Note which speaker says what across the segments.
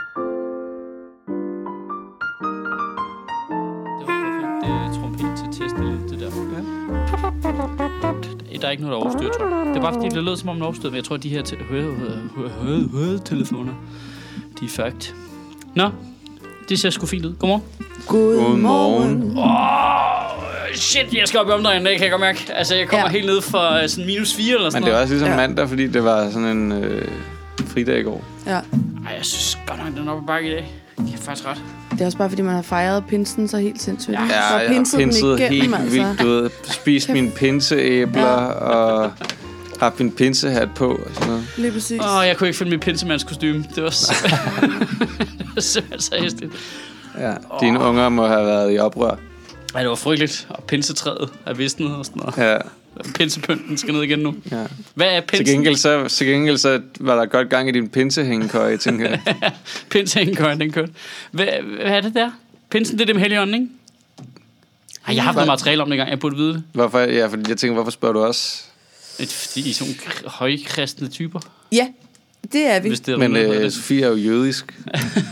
Speaker 1: øh, der. Der er ikke noget, der overstyrer, tror jeg. Det er bare, fordi det lød som om en overstyr, men jeg tror, at de her te- hø- hø- hø- hø- høretelefoner, de er fucked. Nå, det ser sgu fint ud. Godmorgen.
Speaker 2: Godmorgen.
Speaker 1: Shit, jeg skal op i omdrejningen, det kan jeg godt mærke. Altså, jeg kommer ja.
Speaker 3: Ja.
Speaker 1: helt ned fra øh, sådan minus 4 eller sådan
Speaker 2: Men det var også ligesom
Speaker 3: Ja.
Speaker 2: mandag, fordi det var sådan en øh, fridag i går.
Speaker 3: Ja.
Speaker 1: noget. Ej, jeg synes godt nok, den er oppe ad bakke i dag. Jeg er faktisk ret.
Speaker 3: Det er også bare, fordi man har fejret pinsen så helt sindssygt.
Speaker 2: Ja,
Speaker 3: Ah, så
Speaker 2: jeg har
Speaker 3: pinsede den
Speaker 2: pinset
Speaker 3: igennem,
Speaker 2: helt
Speaker 3: altså.
Speaker 2: vildt du ved. Spist mine pinseæbler og haft min pinsehat på og sådan noget.
Speaker 3: Lige præcis.
Speaker 1: Åh, oh, jeg kunne ikke finde mit pinsemandskostyme. Det var simpelthen, det var simpelthen så hæsligt.
Speaker 2: Ja. Dine unger må have været i oprør.
Speaker 1: Ej, det var frygteligt. Og pinsetræet er visnet og sådan noget.
Speaker 2: Ja,
Speaker 1: Pinsepynten skal ned igen nu.
Speaker 2: ja.
Speaker 1: Hvad er
Speaker 2: Til
Speaker 1: pinsen?
Speaker 2: gengæld, så, til gengæld så var der godt gang i din pinsehængekøj, tænker jeg.
Speaker 1: Pinsehængekøjen, den kørte. Hvad, hvad er det der? Pinsen, det er dem hellige ånden, ikke? Ej, jeg har haft noget materiale om det engang. Jeg burde vide det.
Speaker 2: Hvorfor, ja, fordi jeg tænker, hvorfor spørger du os?
Speaker 1: Det er Fordi I er sådan nogle kr- højkristne typer.
Speaker 3: Ja, det er vi.
Speaker 1: Hvis det er
Speaker 2: Men
Speaker 1: noget, der er
Speaker 2: øh,
Speaker 1: det.
Speaker 2: Sofie er jo jødisk,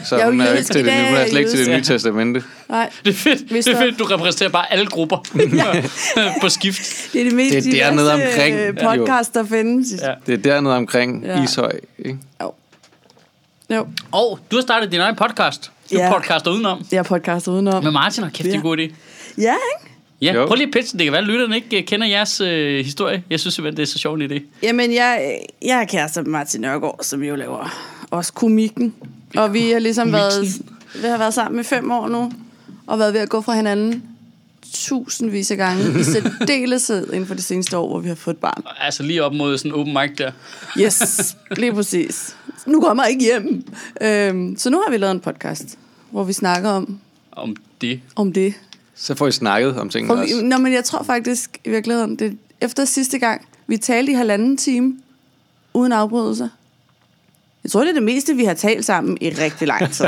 Speaker 2: så
Speaker 3: Jeg er jo
Speaker 2: hun er, jo ikke
Speaker 3: jødisk.
Speaker 2: til det,
Speaker 3: I dag
Speaker 2: nye- hun
Speaker 3: er
Speaker 2: er
Speaker 3: jeg
Speaker 2: slet ikke til det nye
Speaker 1: jødisk.
Speaker 2: testamente.
Speaker 3: Nej,
Speaker 1: det er fedt,
Speaker 3: hvis
Speaker 1: det er
Speaker 3: der-
Speaker 1: fedt du repræsenterer bare alle grupper på skift.
Speaker 3: det er det mest
Speaker 2: Det er dernede
Speaker 3: diverse,
Speaker 2: omkring,
Speaker 3: øh,
Speaker 2: jo.
Speaker 3: podcast, der findes.
Speaker 1: Ja.
Speaker 3: Ja.
Speaker 2: Det er dernede omkring
Speaker 3: Ja.
Speaker 2: Ishøj, ikke?
Speaker 3: Jo,
Speaker 1: Og du har startet din egen podcast. Du
Speaker 3: Ja.
Speaker 1: podcaster udenom.
Speaker 3: jeg podcaster udenom.
Speaker 1: Med Martin, og kæft, det er en
Speaker 3: Ja.
Speaker 1: god idé.
Speaker 3: Ja, ikke?
Speaker 1: Ja, jo.
Speaker 2: Jo.
Speaker 1: prøv lige at pitche den. Det kan være, at lytterne ikke øh, kender jeres øh, historie. Jeg synes simpelthen, det er så sjovt i det.
Speaker 3: Jamen, jeg, jeg er kærester med Martin Nørgaard, som jo laver også komikken. Og vi har ligesom været, vi har været sammen i fem år nu, og været ved at gå fra hinanden tusindvis af gange. I særdeleshed inden for det seneste år, hvor vi har fået et barn.
Speaker 1: Altså lige op mod sådan en open mic der.
Speaker 3: Yes, lige præcis. Nu kommer jeg ikke hjem. Øhm, så nu har vi lavet en podcast, hvor vi snakker om,
Speaker 1: Om det.
Speaker 3: om det.
Speaker 2: Så får I snakket om tingene
Speaker 3: For vi,
Speaker 2: også.
Speaker 3: nå, men jeg tror faktisk i virkeligheden, det, efter sidste gang, vi talte i halvanden time, uden afbrydelser. Jeg tror, det er det meste, vi har talt sammen i rigtig lang tid.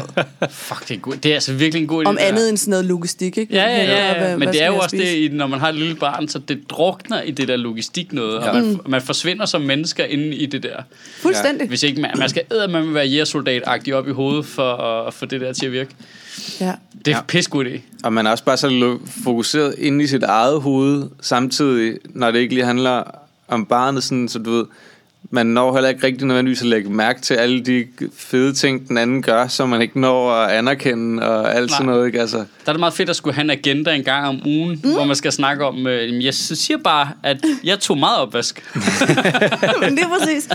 Speaker 1: Fuck, det er, god. det er altså virkelig en god idé.
Speaker 3: om
Speaker 1: det her.
Speaker 3: andet end sådan noget logistik, ikke?
Speaker 1: Ja, ja, ja,
Speaker 3: Eller
Speaker 1: ja.
Speaker 3: hvad-
Speaker 1: men
Speaker 3: hvad
Speaker 1: det
Speaker 3: skal
Speaker 1: er jo
Speaker 3: jeg
Speaker 1: også
Speaker 3: spise?
Speaker 1: det, i- når man har et lille barn, så det drukner i det der logistik noget, ja. og
Speaker 2: Ja.
Speaker 1: man,
Speaker 3: Mm.
Speaker 1: man forsvinder som mennesker inde i det der.
Speaker 3: Fuldstændig.
Speaker 1: Hvis ikke man, man skal æde, man være jægersoldat-agtig op i hovedet for at få det der til at virke.
Speaker 3: Ja.
Speaker 1: Det er ja.
Speaker 2: Ja.
Speaker 1: pissegod idé.
Speaker 2: Og man er også bare så lo- fokuseret inde i sit eget hoved, samtidig, når det ikke lige handler om barnet, sådan, så du ved, man når heller ikke rigtig nødvendigvis at lægge mærke til alle de fede ting, den anden gør, som man ikke når at anerkende og alt
Speaker 1: Nej.
Speaker 2: sådan noget, ikke? Altså,
Speaker 1: Der er det meget fedt at skulle have en agenda en gang om ugen, mm. hvor man skal snakke om, øh, jamen, jeg siger bare, at jeg tog meget opvask.
Speaker 3: men lige præcis.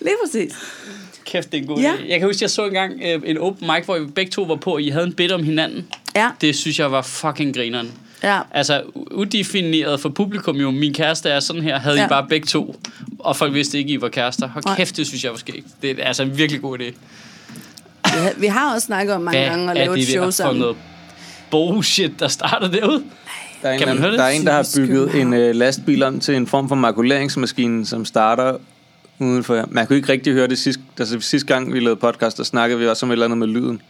Speaker 3: Lige præcis.
Speaker 1: Kæft, det er en god
Speaker 3: Ja.
Speaker 1: idé. Jeg kan huske, jeg så engang øh, en open mic, hvor vi begge to var på, og I havde en bid om hinanden.
Speaker 3: Ja,
Speaker 1: Det synes jeg var fucking grineren.
Speaker 3: ja.
Speaker 1: Altså, u- udefineret for publikum jo, min kæreste er sådan her, havde ja.
Speaker 3: Ja.
Speaker 1: I bare begge to. Og folk vidste ikke, I var kærester. Hold
Speaker 3: Nej.
Speaker 1: kæft, det synes jeg var skægt. Det er altså en virkelig god idé.
Speaker 3: Vi har, vi har også snakket om mange gange at
Speaker 1: er
Speaker 3: lave et
Speaker 1: det
Speaker 3: show
Speaker 1: der for
Speaker 3: sammen.
Speaker 1: noget bullshit, der startede derude?
Speaker 2: Der er, en,
Speaker 1: Kan man
Speaker 2: eller
Speaker 1: høre det?
Speaker 2: anden- der, er en, der har
Speaker 3: Typisk
Speaker 2: bygget en
Speaker 3: København.
Speaker 2: øh, lastbil om til en form for makuleringsmaskine, som starter udenfor jer. Man kunne ikke rigtig høre det sidste, altså, sidste gang, vi lavede podcast, der snakkede vi også om et eller andet med lyden.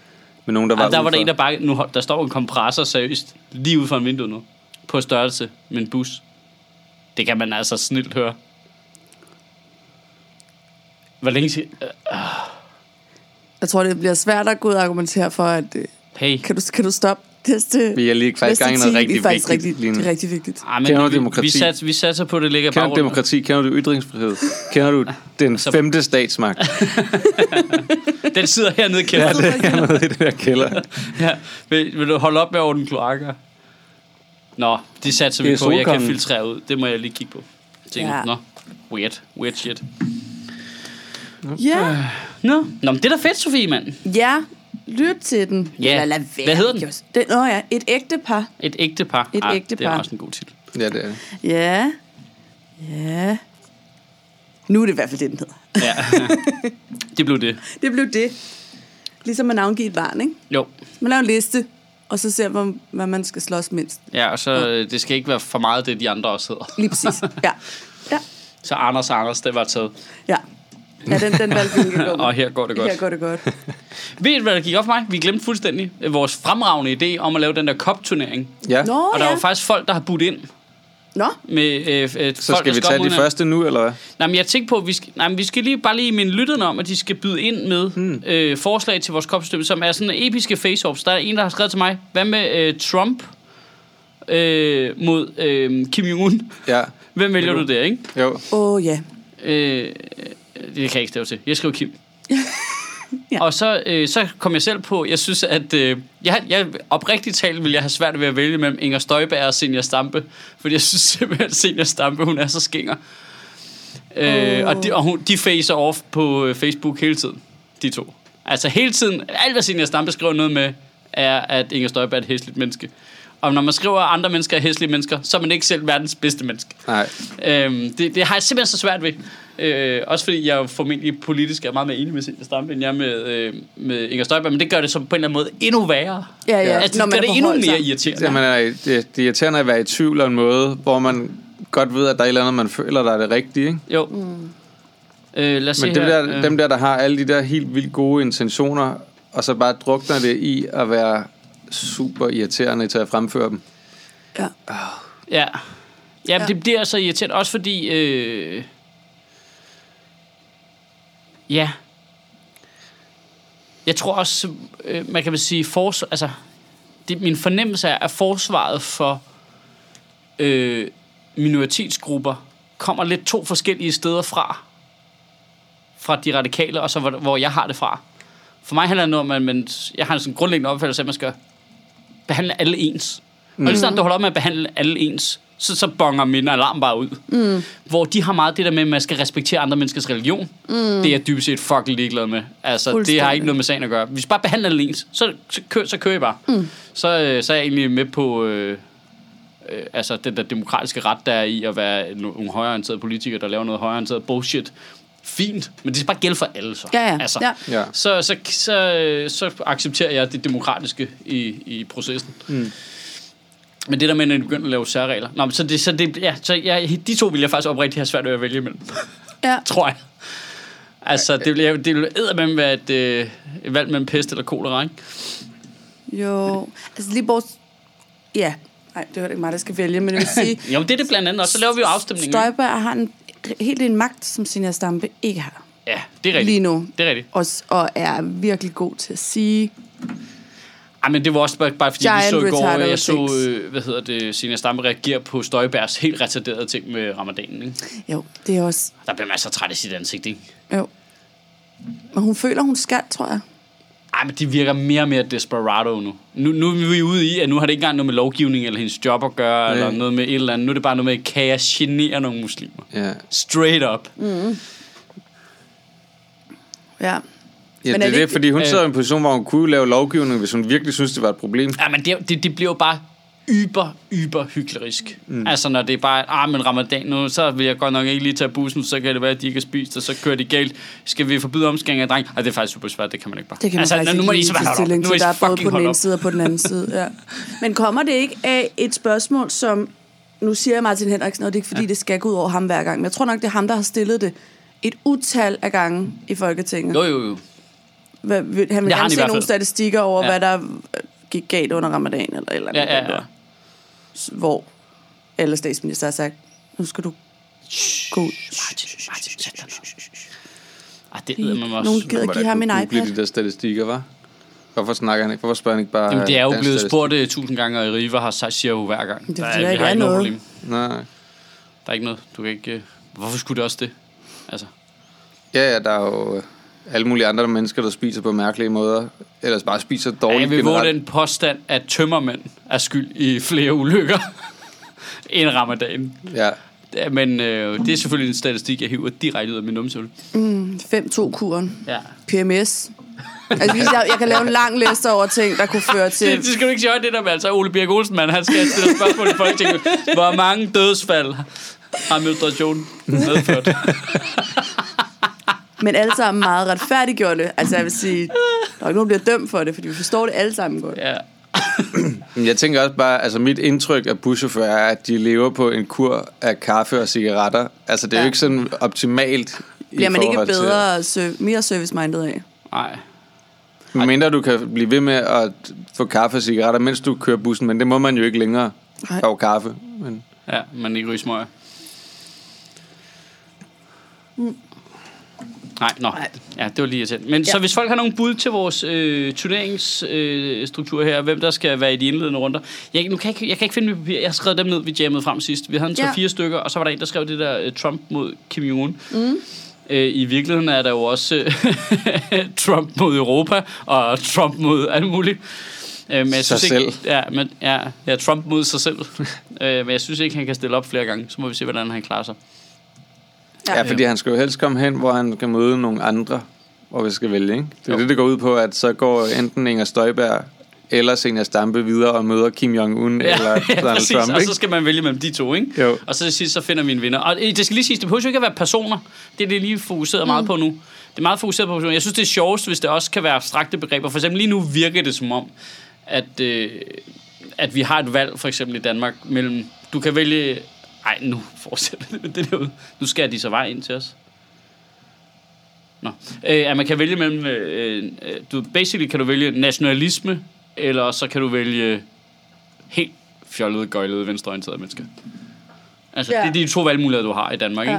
Speaker 2: Med nogen, der var
Speaker 1: Jamen, der var der
Speaker 2: udenfor.
Speaker 1: en, der bare... Nu, hold- der står en kompressor seriøst lige ude for en vindue nu. På størrelse med en bus. Det kan man altså snilt høre. Hvor længe siden... øh,
Speaker 3: Jeg tror, det bliver svært at gå ud og argumentere for, at øh,
Speaker 1: Hey.
Speaker 3: kan du, kan du stoppe næste...
Speaker 2: Vi er lige faktisk gang i noget
Speaker 3: time?
Speaker 2: rigtig
Speaker 3: Det er faktisk
Speaker 2: vigtigt
Speaker 3: Rigtig,
Speaker 2: lige nu.
Speaker 3: det er rigtig vigtigt.
Speaker 1: Ah, men
Speaker 2: Kender du
Speaker 1: vi, vi,
Speaker 2: demokrati?
Speaker 1: sats, vi satser på, at det ligger
Speaker 2: Kender
Speaker 1: bare
Speaker 2: du
Speaker 1: rundt.
Speaker 2: demokrati? Kender du ytringsfrihed? Kender du den
Speaker 1: Så-
Speaker 2: femte statsmagt?
Speaker 1: Den sidder hernede i
Speaker 2: Ja,
Speaker 1: kælderen.
Speaker 2: det er noget i det der kælder.
Speaker 1: Ja, vil, vil du holde op med at ordne kloakker? Nå, det satser vi
Speaker 2: Det
Speaker 1: på.
Speaker 2: er
Speaker 1: Jeg kan
Speaker 2: solkongen.
Speaker 1: filtrere ud. Det må jeg lige kigge på. Tænker, ja.
Speaker 3: Ja.
Speaker 1: Nå, weird. Weird shit.
Speaker 3: Ja.
Speaker 1: Nå, Nå men det er da fedt, Sofie, mand.
Speaker 3: Ja, lyt til den.
Speaker 1: Ja.
Speaker 3: Eller lad være.
Speaker 1: Hvad hedder den?
Speaker 3: den? Nå ja, et ægte par.
Speaker 1: Et ægte par.
Speaker 3: Et
Speaker 1: Ah,
Speaker 3: ægte
Speaker 1: Det er
Speaker 3: par.
Speaker 1: også en god titel.
Speaker 2: Ja, det er det.
Speaker 3: Ja. Ja. Nu er det i hvert fald det, den hedder.
Speaker 1: Ja. det blev det.
Speaker 3: Det blev det. Ligesom at navngive et barn, ikke?
Speaker 1: Jo.
Speaker 3: Man laver en liste, og så ser man, hvad man skal slås mindst.
Speaker 1: Ja, og så øh, det skal ikke være for meget det, de andre også hedder.
Speaker 3: Lige præcis. Ja. Ja.
Speaker 1: Så Anders og Anders, det var taget.
Speaker 3: Ja. Ja, den, den valgte vi ikke at gå med.
Speaker 1: Og her går det godt.
Speaker 3: Her går det godt.
Speaker 1: Ved I, hvad der gik op for mig? Vi glemte fuldstændig øh, vores fremragende idé om at lave den der kopturnering.
Speaker 2: Ja.
Speaker 3: Nå,
Speaker 1: og der
Speaker 3: ja.
Speaker 1: var faktisk folk, der har budt ind.
Speaker 3: Nå,
Speaker 1: Med, øh, øh,
Speaker 2: Så
Speaker 1: folk, der
Speaker 2: skal vi
Speaker 1: op mod
Speaker 2: tage de
Speaker 1: hinanden.
Speaker 2: første nu, eller hvad?
Speaker 1: Nej, men jeg tænkte på, at vi skal, nej, men vi skal lige, bare lige minde lytterne om, at de skal byde ind med hmm. øh, forslag til vores kopstøtte, som er sådan episke face-offs. Der er en, der har skrevet til mig, hvad med øh, Trump? øh, mod øh, Kim Jong-un.
Speaker 2: Ja,
Speaker 1: Hvem vælger du der, ikke?
Speaker 2: jo.
Speaker 3: Åh oh, ja.
Speaker 1: Øh, det kan jeg ikke stave til. Jeg skriver Kim. ja. Og så, øh, så kom jeg selv på, jeg synes, at øh, jeg, jeg, oprigtigt talt ville jeg have svært ved at vælge mellem Inger Støjberg og Senior Stampe, fordi jeg synes simpelthen, at Senior Stampe, hun er så skinger. Øh,
Speaker 3: Åh.
Speaker 1: og de, og hun, de facer off på øh, Facebook hele tiden, de to. Altså hele tiden, alt hvad Senior Stampe skriver noget med, er, at Inger Støjberg er et hæsligt menneske. Og når man skriver, at andre mennesker er hæslige mennesker, så er man ikke selv verdens bedste menneske.
Speaker 2: Nej.
Speaker 1: Øhm, det, det har jeg simpelthen så svært ved. Øh, også fordi jeg jo formentlig politisk er meget mere enig med Zenia Stampe, end jeg er med, øh, med Inger Støjberg, men det gør det så på en eller anden måde endnu værre.
Speaker 3: Ja, ja.
Speaker 1: Altså,
Speaker 3: Når
Speaker 1: det gør
Speaker 3: man
Speaker 1: det
Speaker 3: er
Speaker 1: endnu
Speaker 3: forholdt
Speaker 1: mere
Speaker 3: sig.
Speaker 1: irriterende.
Speaker 2: Det, man er, øh, det, det er irriterende at være i tvivl om noget, hvor man godt ved, at der er et eller andet, man føler, der er det rigtige. Ikke?
Speaker 1: Jo. Mm. Øh, lad os se
Speaker 2: Men dem
Speaker 1: her.
Speaker 2: der,
Speaker 1: øh,
Speaker 2: dem der, der har alle de der helt vildt gode intentioner, og så bare drukner det i at være super irriterende til at fremføre dem.
Speaker 3: ja.
Speaker 1: Ja. Ja,
Speaker 3: Ja.
Speaker 1: ja. det bliver så irriterende. Også fordi... Øh... Ja. Jeg tror også, øh, man kan vel sige, fors... altså, det, min fornemmelse er, at forsvaret for øh, minoritetsgrupper kommer lidt to forskellige steder fra. Fra de radikale, og så hvor, hvor jeg har det fra. For mig handler det noget om, at man, jeg har en sådan grundlæggende opfattelse af, at man skal behandle alle ens. Mm. Og lige snart du holder op med at behandle alle ens, så, så bonger min alarm bare ud. Mm. Hvor de har meget det der med, at man skal respektere andre menneskers religion. Mm. Det er jeg dybest set fucking ligeglad med. Altså, det har
Speaker 3: Fuldstændig.
Speaker 1: ikke noget med sagen at gøre. Hvis vi bare behandler alle ens, så, så, kø, så kører jeg bare. Mm. Så, øh, så er jeg egentlig med på øh, øh, altså, den der demokratiske ret, der er i at være no- nogle højreorienterede politikere, der laver noget højreorienteret bullshit. Fint, men det skal bare gælde for alle så.
Speaker 3: Ja, ja.
Speaker 1: Altså,
Speaker 3: Ja.
Speaker 2: Ja.
Speaker 1: så, så, så, øh, så accepterer jeg det demokratiske i, i processen. Mm. Men det der med, at de begynder at lave særregler. Nå, men så, det, så, det, ja, så jeg, de to vil jeg faktisk oprigtigt have svært ved at vælge imellem,
Speaker 3: ja.
Speaker 1: tror jeg. Altså, det ville, det ville eddermame være et, øh, et valg mellem pest eller kolera, ikke?
Speaker 3: Jo. Altså lige bort... Ja. Nej, det var det ikke mig, der skal vælge, men jeg vil sige...
Speaker 1: Jo, men det er det blandt andet, og så laver vi jo afstemningen. ikke?
Speaker 3: Støjberg har en, helt en magt, som Senior Stampe ikke har.
Speaker 1: Ja, det er rigtigt.
Speaker 3: Lige nu.
Speaker 1: Det er rigtigt.
Speaker 3: Og, s- og er virkelig god til at sige...
Speaker 1: Ej, men det var også bare, bare fordi, vi
Speaker 3: Giant
Speaker 1: så i går,
Speaker 3: retardo
Speaker 1: øh, jeg så,
Speaker 3: things.
Speaker 1: øh, hvad hedder det, Sina Stampe reagere på Støjbergs helt retarderede ting med ramadanen, ikke?
Speaker 3: Jo, det er også...
Speaker 1: Der bliver man så træt i sit ansigt, ikke?
Speaker 3: Jo. Men hun føler, hun skal, tror jeg.
Speaker 1: Ej, men de virker mere og mere desperado nu. nu. Nu er vi ude i, at nu har det ikke engang noget med lovgivning eller hendes job at gøre, eller noget med et eller andet. Nu er det bare noget med, kan jeg genere nogle muslimer?
Speaker 2: Ja.
Speaker 1: Straight up. Mm.
Speaker 3: Ja.
Speaker 2: Ja,
Speaker 3: Men er
Speaker 2: det er
Speaker 3: det
Speaker 2: det,
Speaker 3: ikke-
Speaker 2: fordi hun sidder i en position, hvor hun kunne lave lovgivning, hvis hun virkelig synes, det var et problem.
Speaker 1: Ja, men det, det, det bliver jo bare yber, yber hyklerisk. Mm. Altså, når det er bare, ah, men ramadan nu, så vil jeg godt nok ikke lige tage bussen, så kan det være, at de ikke har spist, og så kører det galt. Skal vi forbyde omskæring af dreng? Ah, det er faktisk super svært, det kan man ikke bare.
Speaker 3: Det kan man
Speaker 1: altså,
Speaker 3: faktisk
Speaker 1: nu må I
Speaker 3: ikke
Speaker 1: så bare
Speaker 3: tage
Speaker 1: holde op.
Speaker 3: stilling
Speaker 1: Nu må
Speaker 3: til.
Speaker 1: I
Speaker 3: Der er både
Speaker 1: fucking
Speaker 3: på den
Speaker 1: holde
Speaker 3: ene
Speaker 1: op.
Speaker 3: side og på den anden side. Ja. Men kommer det ikke af et spørgsmål, som... Nu siger jeg Martin Henriksen, og det er ikke fordi, ja. det skal gå ud over ham hver gang. Men jeg tror nok, det er ham, der har stillet det et utal af gange i Folketinget.
Speaker 1: Jo, jo, jo.
Speaker 3: Hvad, vil- han vil
Speaker 1: Det har han
Speaker 3: gerne
Speaker 1: i
Speaker 3: se
Speaker 1: hvert
Speaker 3: nogle
Speaker 1: fald.
Speaker 3: statistikker over, ja.
Speaker 1: Ja.
Speaker 3: hvad der øh, gik galt under ramadan eller et eller andet.
Speaker 1: Ja, ja,
Speaker 3: den
Speaker 1: ja.
Speaker 3: der. S- Hvor alle statsminister har sagt, nu skal du gå ud.
Speaker 1: Ah, det hedder man også.
Speaker 3: Nogen gider
Speaker 2: Hvordan
Speaker 3: give ham en
Speaker 2: kunne google
Speaker 3: iPad.
Speaker 2: de der statistikker, var? Hvorfor snakker han ikke? Hvorfor spørger han ikke bare...
Speaker 1: Jamen, det er jo
Speaker 2: dansk
Speaker 1: blevet
Speaker 2: statistik?
Speaker 1: spurgt uh, tusind gange, og Riva har sagt, siger jo hver gang.
Speaker 3: Det
Speaker 1: Der
Speaker 3: er,
Speaker 1: er,
Speaker 3: fordi der
Speaker 1: vi
Speaker 3: ikke
Speaker 1: har
Speaker 3: er
Speaker 1: ikke
Speaker 3: noget.
Speaker 1: noget problem.
Speaker 2: Nej.
Speaker 1: Der er ikke noget. Du kan ikke... Uh, hvorfor skulle det også det? Altså,
Speaker 2: Ja, ja, der er jo øh, alle mulige andre mennesker, der spiser på mærkelige måder. Ellers bare spiser dårligt
Speaker 1: jeg vil våge den påstand, at tømmermænd er skyld i flere ulykker end ramadan.
Speaker 2: Ja.
Speaker 1: Ja, Men øh, det er selvfølgelig en statistik, jeg hiver direkte ud af min numsehul.
Speaker 3: 5-2-kuren.
Speaker 1: Ja.
Speaker 3: PMS. Altså, hvis jeg, jeg kan lave en lang liste over ting, der kunne føre
Speaker 1: Det,
Speaker 3: til...
Speaker 1: det, skal du ikke sige højt, det der med, altså Ole Birk Olsen, man, han skal stille spørgsmål i Folketinget. Hvor mange dødsfald har menstruation medført?
Speaker 3: Men alle sammen meget retfærdiggjorte. Altså, jeg vil sige, der er ikke nogen, der bliver dømt for det, fordi vi forstår det alle sammen godt.
Speaker 1: Ja.
Speaker 2: Men Jeg tænker også bare, altså mit indtryk af buschauffører er, at de lever på en kur af kaffe og cigaretter. Altså det er
Speaker 3: Ja.
Speaker 2: jo ikke sådan optimalt
Speaker 3: Bliver
Speaker 2: i
Speaker 3: man ikke
Speaker 2: forhold Til,
Speaker 3: bedre, serv- mere service-minded af?
Speaker 1: Nej.
Speaker 2: mindre du kan blive ved med at få kaffe og cigaretter, mens du kører bussen. Men det må man jo ikke længere.
Speaker 3: Nej.
Speaker 2: Der er jo kaffe. Men
Speaker 1: Ja, man ikke ryger smøger. Nej, nå.
Speaker 3: Nej.
Speaker 1: Ja, det var lige irriterende. Men ja. så
Speaker 3: Ja.
Speaker 1: hvis folk har nogle bud til vores øh, turneringsstruktur øh, struktur her, hvem der skal være i de indledende runder. Jeg, nu kan jeg, ikke- jeg kan ikke finde mit papir. Jeg har skrevet dem ned, vi jammede frem sidst. Vi havde en
Speaker 3: Ja.
Speaker 1: 3-4 stykker, og så var der en, der skrev det der øh, Trump mod Kim Jong-un. Mm. Øh, I virkeligheden er der jo også øh, Trump mod Europa, og Trump mod alt muligt. Øh, men jeg
Speaker 2: Sig
Speaker 1: synes ikke,
Speaker 2: selv.
Speaker 1: ja, men, ja, ja, Trump mod sig selv. øh, men jeg synes ikke, han kan stille op flere gange. Så må vi se, hvordan han klarer sig.
Speaker 2: Ja, fordi han skal jo helst komme hen, hvor han kan møde nogle andre, hvor vi skal vælge, ikke? Det
Speaker 1: Jo.
Speaker 2: er jo. det, det går ud på, at så går enten Inger Støjberg eller Senior Stampe videre og møder Kim Jong-un ja, eller
Speaker 1: ja,
Speaker 2: Donald
Speaker 1: præcis.
Speaker 2: Trump,
Speaker 1: og så
Speaker 2: ikke?
Speaker 1: skal man vælge mellem de to, ikke?
Speaker 2: Jo.
Speaker 1: Og så til sidst, så finder vi en vinder. Og øh, det skal lige siges, det behøver jo ikke at være personer. Det er det, jeg lige fokuseret mm. meget på nu. Det er meget fokuseret på personer. Jeg synes, det er sjovest, hvis det også kan være abstrakte begreber. For eksempel lige nu virker det som om, at, øh, at vi har et valg, for eksempel i Danmark, mellem... Du kan vælge... Ej, nu fortsætter det med det derude. Nu skærer de så vej ind til os. Nå. Øh, at man kan vælge mellem... Øh, øh, du, basically kan du vælge nationalisme, eller så kan du vælge helt fjollede, gøjlede, venstreorienterede mennesker. Altså, ja.
Speaker 3: Ja.
Speaker 1: det er de to valgmuligheder, du har i Danmark,
Speaker 3: Ja.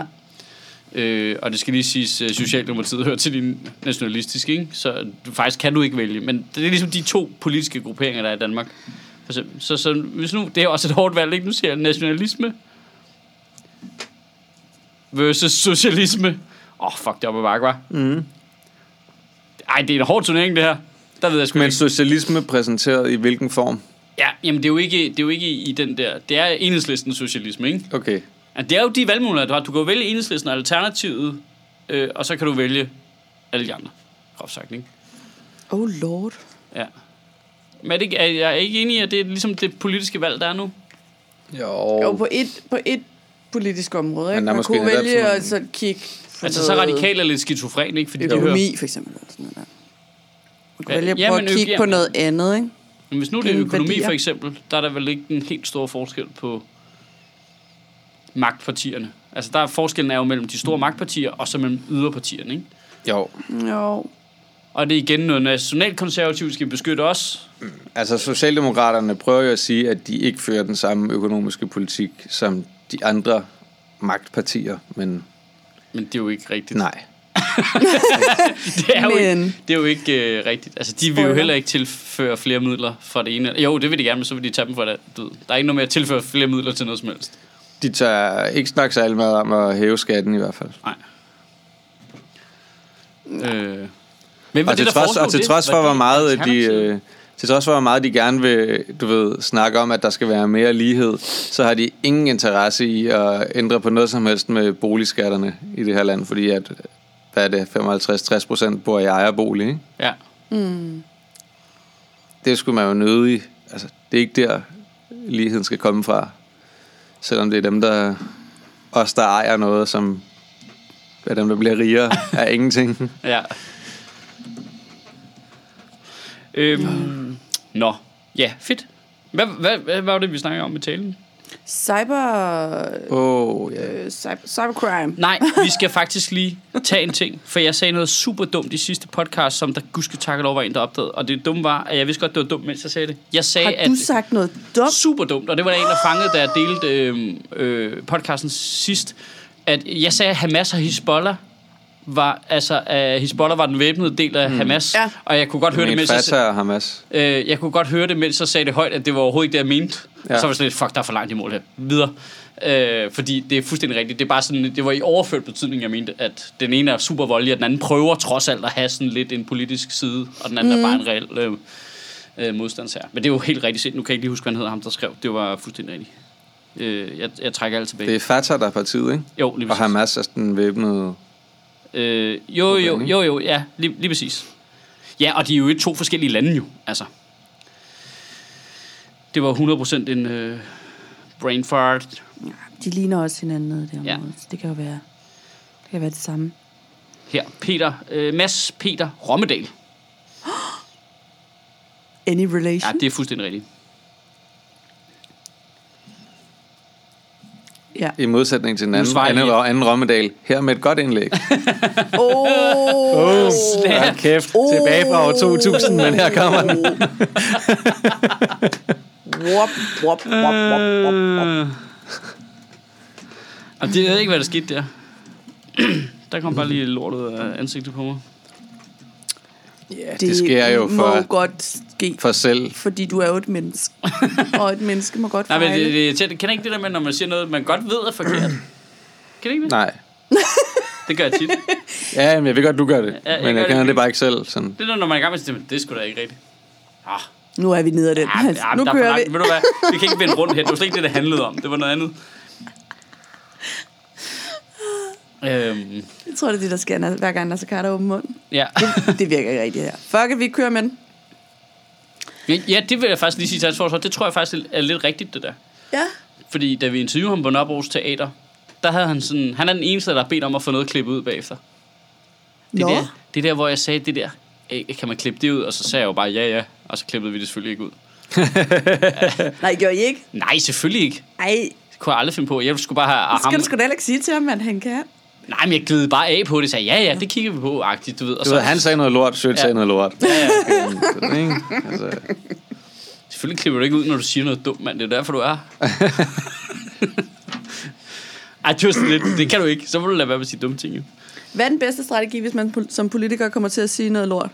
Speaker 1: ja. ikke? Øh, og det skal lige siges, at Socialdemokratiet hører til de nationalistiske, ikke? Så du, faktisk kan du ikke vælge. Men det er ligesom de to politiske grupperinger, der er i Danmark. For eksempel, så, så hvis nu, det er også et hårdt valg, ikke? Nu siger jeg nationalisme versus socialisme. Åh, oh, fuck, det er op ad bakke, var. Mm. Ej, det er en hård turnering, det her. Der ved jeg sgu
Speaker 2: Men
Speaker 1: ikke.
Speaker 2: socialisme præsenteret i hvilken form?
Speaker 1: Ja, jamen det er jo ikke, det er jo ikke i den der... Det er enhedslisten socialisme, ikke?
Speaker 2: Okay.
Speaker 1: Altså, det er jo de valgmuligheder, du har. Du kan jo vælge enhedslisten og alternativet, øh, og så kan du vælge alle de andre. Groft sagt, ikke?
Speaker 3: Oh lord.
Speaker 1: Ja. Men er, det, ikke- er jeg ikke enig i, at det er ligesom det politiske valg, der er nu?
Speaker 2: Jo.
Speaker 3: Jo, på et, på et politisk område, ikke?
Speaker 2: Men der er
Speaker 3: Man
Speaker 2: måske
Speaker 3: kunne
Speaker 2: netop
Speaker 3: vælge
Speaker 2: sådan-
Speaker 3: at så kigge på
Speaker 1: Altså, så
Speaker 3: noget
Speaker 1: radikal er lidt skizofren, ikke? Fordi det hører...
Speaker 3: Økonomi, for eksempel. Eller sådan noget der. Man kunne
Speaker 1: Ja,
Speaker 3: vælge at
Speaker 1: ja,
Speaker 3: prøve
Speaker 1: men
Speaker 3: at
Speaker 1: ø-
Speaker 3: kigge
Speaker 1: ja,
Speaker 3: på
Speaker 1: men-
Speaker 3: noget andet, ikke?
Speaker 1: Men hvis nu det er
Speaker 3: Gennem
Speaker 1: økonomi
Speaker 3: værdier.
Speaker 1: for eksempel, der er der vel ikke den helt store forskel på magtpartierne. Altså der er forskellen er jo mellem de store magtpartier og så mellem yderpartierne, ikke?
Speaker 2: jo.
Speaker 3: Jo.
Speaker 1: Og det er igen noget nationalkonservativt skal beskytte os.
Speaker 2: Altså, Socialdemokraterne prøver jo at sige, at de ikke fører den samme økonomiske politik som de andre magtpartier, men
Speaker 1: Men det er jo ikke rigtigt.
Speaker 2: nej.
Speaker 1: det er jo
Speaker 3: Men-
Speaker 1: ikke, det er jo ikke øh, rigtigt. Altså, de vil jo
Speaker 3: Spoiler.
Speaker 1: heller ikke tilføre flere midler fra det ene. Jo, det vil de gerne, men så vil de tage dem fra det. Du ved, der er ikke noget med at tilføre flere midler til noget som helst.
Speaker 2: De tør ikke snakke særlig meget om at hæve skatten i hvert fald.
Speaker 1: Nej. Øh. Hvem var
Speaker 2: Og til,
Speaker 1: det, der
Speaker 2: trods,
Speaker 1: foreslog
Speaker 2: og til
Speaker 1: det?
Speaker 2: trods for,
Speaker 1: Var
Speaker 2: hvor
Speaker 1: det
Speaker 2: meget de...
Speaker 1: Alternativet?
Speaker 2: Øh, til trods for, hvor meget de gerne vil du ved, snakke om, at der skal være mere lighed, så har de ingen interesse i at ændre på noget som helst med boligskatterne i det her land, fordi at, hvad er det, 55-60 procent bor i ejerbolig, ikke?
Speaker 1: Ja.
Speaker 2: Det skulle man jo nødig. Altså, det er ikke der, ligheden skal komme fra. Selvom det er dem, der os, der ejer noget, som er dem, der bliver rigere af ingenting.
Speaker 1: Ja. Øhm, nå. Ja, fedt. Hvad, hvad, hvad var det, vi snakkede om i talen?
Speaker 3: Cyber...
Speaker 2: Åh, oh, ja.
Speaker 3: Øh, cyber, cybercrime.
Speaker 1: Nej, vi skal faktisk lige tage en ting, for jeg sagde noget super dumt i sidste podcast, som der gudske tak og lov var en, der opdagede. Og det dumme var, at jeg vidste godt, det var dumt, mens jeg sagde det. Jeg sagde,
Speaker 3: Har du
Speaker 1: at
Speaker 3: sagt noget dumt?
Speaker 1: super dumt, og det var der en, der fangede, da jeg delte øh, øh, podcasten sidst, at jeg sagde, at Hamas og Hezbollah var, altså, at Hezbollah var den væbnede del af Hamas,
Speaker 3: Ja.
Speaker 1: og jeg kunne godt høre det,
Speaker 2: Men
Speaker 1: mens jeg,
Speaker 2: Fatah og Hamas.
Speaker 1: Øh, jeg kunne godt høre det, mens så sagde det højt, at det var overhovedet ikke det, jeg mente. Ja.
Speaker 2: Ja.
Speaker 1: Og så var jeg sådan lidt, fuck, der er for langt i mål her. Videre. Øh, fordi det er fuldstændig rigtigt. Det, er bare sådan, det var i overført betydning, jeg mente, at den ene er super voldelig, og den anden prøver trods alt at have sådan lidt en politisk side, og den anden mm. er bare en reel øh, øh, modstandsherre. Men det er jo helt rigtigt set. Nu kan jeg ikke lige huske, hvad han hedder ham, der skrev. Det var fuldstændig rigtigt. Øh, jeg, jeg trækker alt tilbage.
Speaker 2: Det er Fatah, der er partiet, ikke?
Speaker 1: Jo, lige
Speaker 2: Og
Speaker 1: præcis.
Speaker 2: Hamas er den væbnede...
Speaker 1: Øh, jo, jo,
Speaker 2: Hvordan?
Speaker 1: jo, jo, ja, lige, lige præcis. Ja, og de er jo i to forskellige lande jo, altså. Det var 100% en øh, brain fart.
Speaker 3: De ligner også hinanden nede i det
Speaker 1: Ja.
Speaker 3: område, så det kan jo være det, kan være det samme.
Speaker 1: Her, Peter, øh, Mads Peter Rommedal.
Speaker 3: Any
Speaker 1: Ja,
Speaker 3: relation?
Speaker 1: det er fuldstændig rigtigt.
Speaker 3: Ja.
Speaker 2: I modsætning til den anden,
Speaker 1: svarer jeg
Speaker 2: anden,
Speaker 1: lige.
Speaker 2: anden Rommedal. Her med et godt indlæg.
Speaker 3: Oh,
Speaker 2: Hold kæft. Tilbage fra år 2000, men her kommer den.
Speaker 3: wop, wop, wop, wop, wop, wop.
Speaker 1: Og det jeg ved ikke, hvad der skete der. Der kom bare lige lort ud af ansigtet på mig.
Speaker 2: Ja, det, det sker jo
Speaker 3: må
Speaker 2: for,
Speaker 3: godt ske,
Speaker 2: for selv.
Speaker 3: fordi du er jo et menneske. og et menneske må godt
Speaker 1: Nej,
Speaker 3: fejle.
Speaker 1: men det, det, det, kan ikke det der med, når man siger noget, man godt ved er forkert? Kan det ikke det?
Speaker 2: Nej.
Speaker 1: Det gør jeg tit.
Speaker 2: Ja, men jeg ved godt, du gør det.
Speaker 1: Ja, jeg
Speaker 2: men
Speaker 1: gør
Speaker 2: jeg
Speaker 1: det
Speaker 2: kender det
Speaker 1: ikke.
Speaker 2: bare ikke selv. Sådan.
Speaker 1: Det der, når man er i gang med, så tænker man, det skulle da ikke rigtigt. Ah,
Speaker 3: Nu er vi nede af den.
Speaker 1: ah,
Speaker 3: Altså,
Speaker 1: ah,
Speaker 3: nu
Speaker 1: der er for
Speaker 3: kører
Speaker 1: langt.
Speaker 3: vi.
Speaker 1: Ved du hvad? Vi kan ikke vende rundt her. Det var slet ikke det, det handlede om. Det var noget andet. Øhm,
Speaker 3: Jeg tror, det er det, der sker, når- hver gang, der så karter åben mund.
Speaker 1: ja.
Speaker 3: Det, det virker ikke rigtigt her. Fuck, at vi kører med den.
Speaker 1: ja. ja, det vil jeg faktisk lige sige til hans forsvar. Det tror jeg faktisk er lidt rigtigt, det der.
Speaker 3: Ja.
Speaker 1: Fordi da vi interviewede ham på Nørrebros Teater, der havde han sådan... Han er den eneste, der har bedt om at få noget klippet ud bagefter. Det,
Speaker 3: Nå.
Speaker 1: der, det der, hvor jeg sagde det der, "Øh, kan man klippe det ud? Og så sagde jeg jo bare, ja, ja. Og så klippede vi det selvfølgelig ikke ud.
Speaker 3: Nej, gjorde I ikke?
Speaker 1: Nej, selvfølgelig ikke.
Speaker 3: Ej,
Speaker 1: Det kunne jeg aldrig finde på. Jeg skulle bare have
Speaker 3: det skal
Speaker 1: ham-
Speaker 3: du sgu da heller ikke sige til ham, at han kan.
Speaker 1: Nej, men jeg gled bare af på det. Sagde, ja, ja, det kigger vi på, agtigt, du ved. Og
Speaker 2: Du
Speaker 1: så,
Speaker 2: ved, han sagde noget lort, Sødt
Speaker 1: Ja.
Speaker 2: ja. sagde noget lort.
Speaker 1: ja, ja.
Speaker 2: Sådan, ikke? altså,
Speaker 1: Selvfølgelig klipper du ikke ud, når du siger noget dumt, mand. Det er derfor, du er. her. Ej, det var sådan lidt, det kan du ikke. Så må du lade være med at sige dumme ting, jo.
Speaker 3: Hvad er den bedste strategi, hvis man pol- som politiker kommer til at sige noget lort?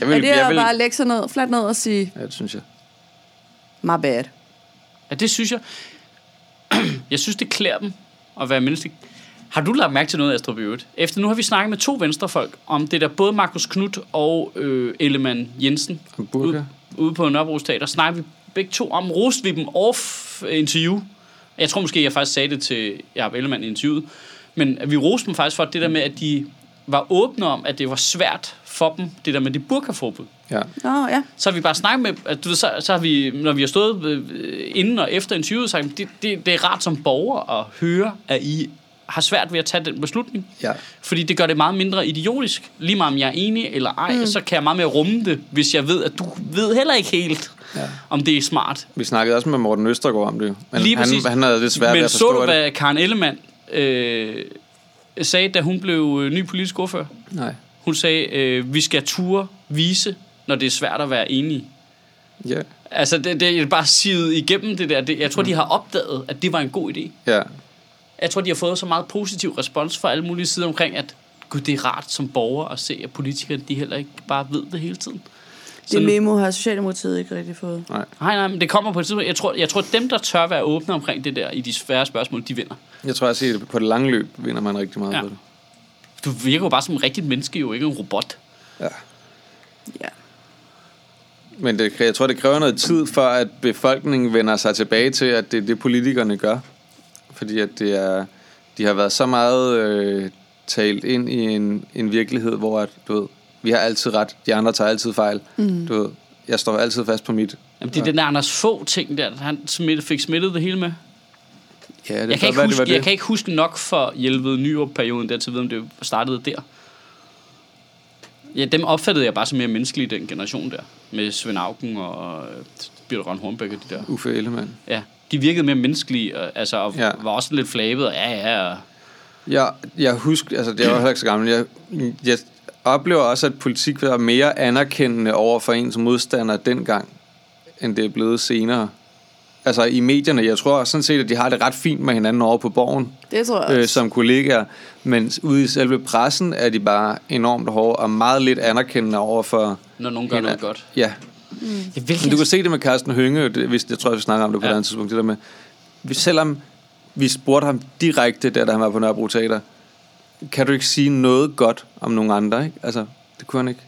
Speaker 2: jeg
Speaker 3: Er
Speaker 2: vil,
Speaker 3: det
Speaker 2: jeg
Speaker 3: at
Speaker 2: vil,
Speaker 3: bare lægge sig ned, fladt ned og sige,
Speaker 2: ja, det synes jeg.
Speaker 3: my bad?
Speaker 1: Ja, det synes jeg. jeg synes, det klæder dem at være menneskelig. Har du lagt mærke til noget, Astrup, i øvrigt? Efter nu har vi snakket med to venstrefolk om det der, både Markus Knudt og øh, Ellemann Jensen.
Speaker 2: Og burka.
Speaker 1: Ude, ude på Nørrebro Teater snakker vi begge to om, roste vi dem off øh, interview. Jeg tror måske, jeg faktisk sagde det til Jacob Ellemann i interviewet. Men vi roste dem faktisk for det der med, at de var åbne om, at det var svært for dem, det der med det burkaforbud
Speaker 2: Ja.
Speaker 3: Nå, ja.
Speaker 1: så har vi bare snakket med, at du ved, så, så har vi, når vi har stået øh, inden og efter interviewet, sagt, det, det, det er rart som borger at høre, at I har svært ved at tage den beslutning.
Speaker 2: Ja.
Speaker 1: Fordi det gør det meget mindre idiotisk. Lige meget om jeg er enig eller ej, mm. så kan jeg meget mere rumme det, hvis jeg ved, at du ved heller ikke helt, ja. om det er smart.
Speaker 2: Vi snakkede også med Morten Østergaard om det. jo. Men
Speaker 1: Lige
Speaker 2: han,
Speaker 1: præcis.
Speaker 2: han havde lidt svært
Speaker 1: Men
Speaker 2: ved at
Speaker 1: så
Speaker 2: forstå
Speaker 1: du,
Speaker 2: det.
Speaker 1: hvad Karen Ellemann øh, sagde, da hun blev øh, ny politisk ordfører?
Speaker 2: Nej.
Speaker 1: Hun sagde, øh, vi skal ture vise, når det er svært at være enige.
Speaker 2: Ja.
Speaker 1: Altså, det, det er bare sivet igennem det der. Det, jeg tror, de har opdaget, at det var en god idé.
Speaker 2: Ja.
Speaker 1: Jeg tror, de har fået så meget positiv respons fra alle mulige sider omkring, at gud, det er rart som borger at se, at politikere de heller ikke bare ved det hele tiden. Så
Speaker 3: Det
Speaker 1: nu,
Speaker 3: memo har Socialdemokratiet ikke rigtig fået.
Speaker 2: Nej.
Speaker 1: nej, nej, men det kommer på et tidspunkt. Jeg tror, jeg tror, dem, der tør være åbne omkring det der i de svære spørgsmål, de vinder.
Speaker 2: Jeg tror også, at på det lange løb vinder man rigtig meget
Speaker 1: Ja.
Speaker 2: ja. på det.
Speaker 1: Du virker jo bare som et rigtigt menneske, jo ikke en robot.
Speaker 2: Ja.
Speaker 3: Ja.
Speaker 2: Men det, jeg tror, det kræver noget tid for, at befolkningen vender sig tilbage til, at det er det, politikerne gør. Fordi at det er, de har været så meget øh, talt ind i en, en virkelighed, hvor at, du ved, vi har altid ret, de andre tager altid fejl. Mm. Du ved, jeg står altid fast på mit.
Speaker 1: Jamen, det er den der Anders få ting der, han smitte, fik smittet det hele med.
Speaker 2: Ja, det
Speaker 1: Jeg
Speaker 2: kan
Speaker 1: kan, ikke
Speaker 2: være, det var
Speaker 1: huske,
Speaker 2: det.
Speaker 1: jeg kan ikke huske nok for Hjelved Nyrup-perioden der til at vide, om det startede der. Ja, dem opfattede jeg bare som mere menneskelige, den generation der. Med Svend Auken og øh, Birte Røn Hornbæk og de der.
Speaker 2: Uffe Ellemann.
Speaker 1: Ja, de virkede mere menneskelige, og, altså, og ja.
Speaker 2: Ja.
Speaker 1: var også lidt flabet. Og, ja, ja, og,
Speaker 2: Jeg, jeg husker, altså det var heller ikke så gammel, jeg, jeg oplever også, at politik var mere anerkendende over for ens modstander dengang, end det er blevet senere. Altså i medierne, jeg tror sådan set, at de har det ret fint med hinanden over på borgen,
Speaker 3: Det tror jeg også.
Speaker 2: øh, som kollegaer, men ude i selve pressen er de bare enormt hårde og meget lidt anerkendende over for...
Speaker 1: når nogen gør noget
Speaker 2: hinanden.
Speaker 1: godt.
Speaker 2: Ja,
Speaker 1: Jeg,
Speaker 2: men du kan se det med Carsten Hønge, det, hvis, jeg tror, vi snakker om det på
Speaker 1: Ja.
Speaker 2: ja. et andet tidspunkt, det der med, vi- selvom vi spurgte ham direkte, der da han var på Nørrebro Teater, kan du ikke sige noget godt om nogen andre, ikke? Altså, det kunne han ikke.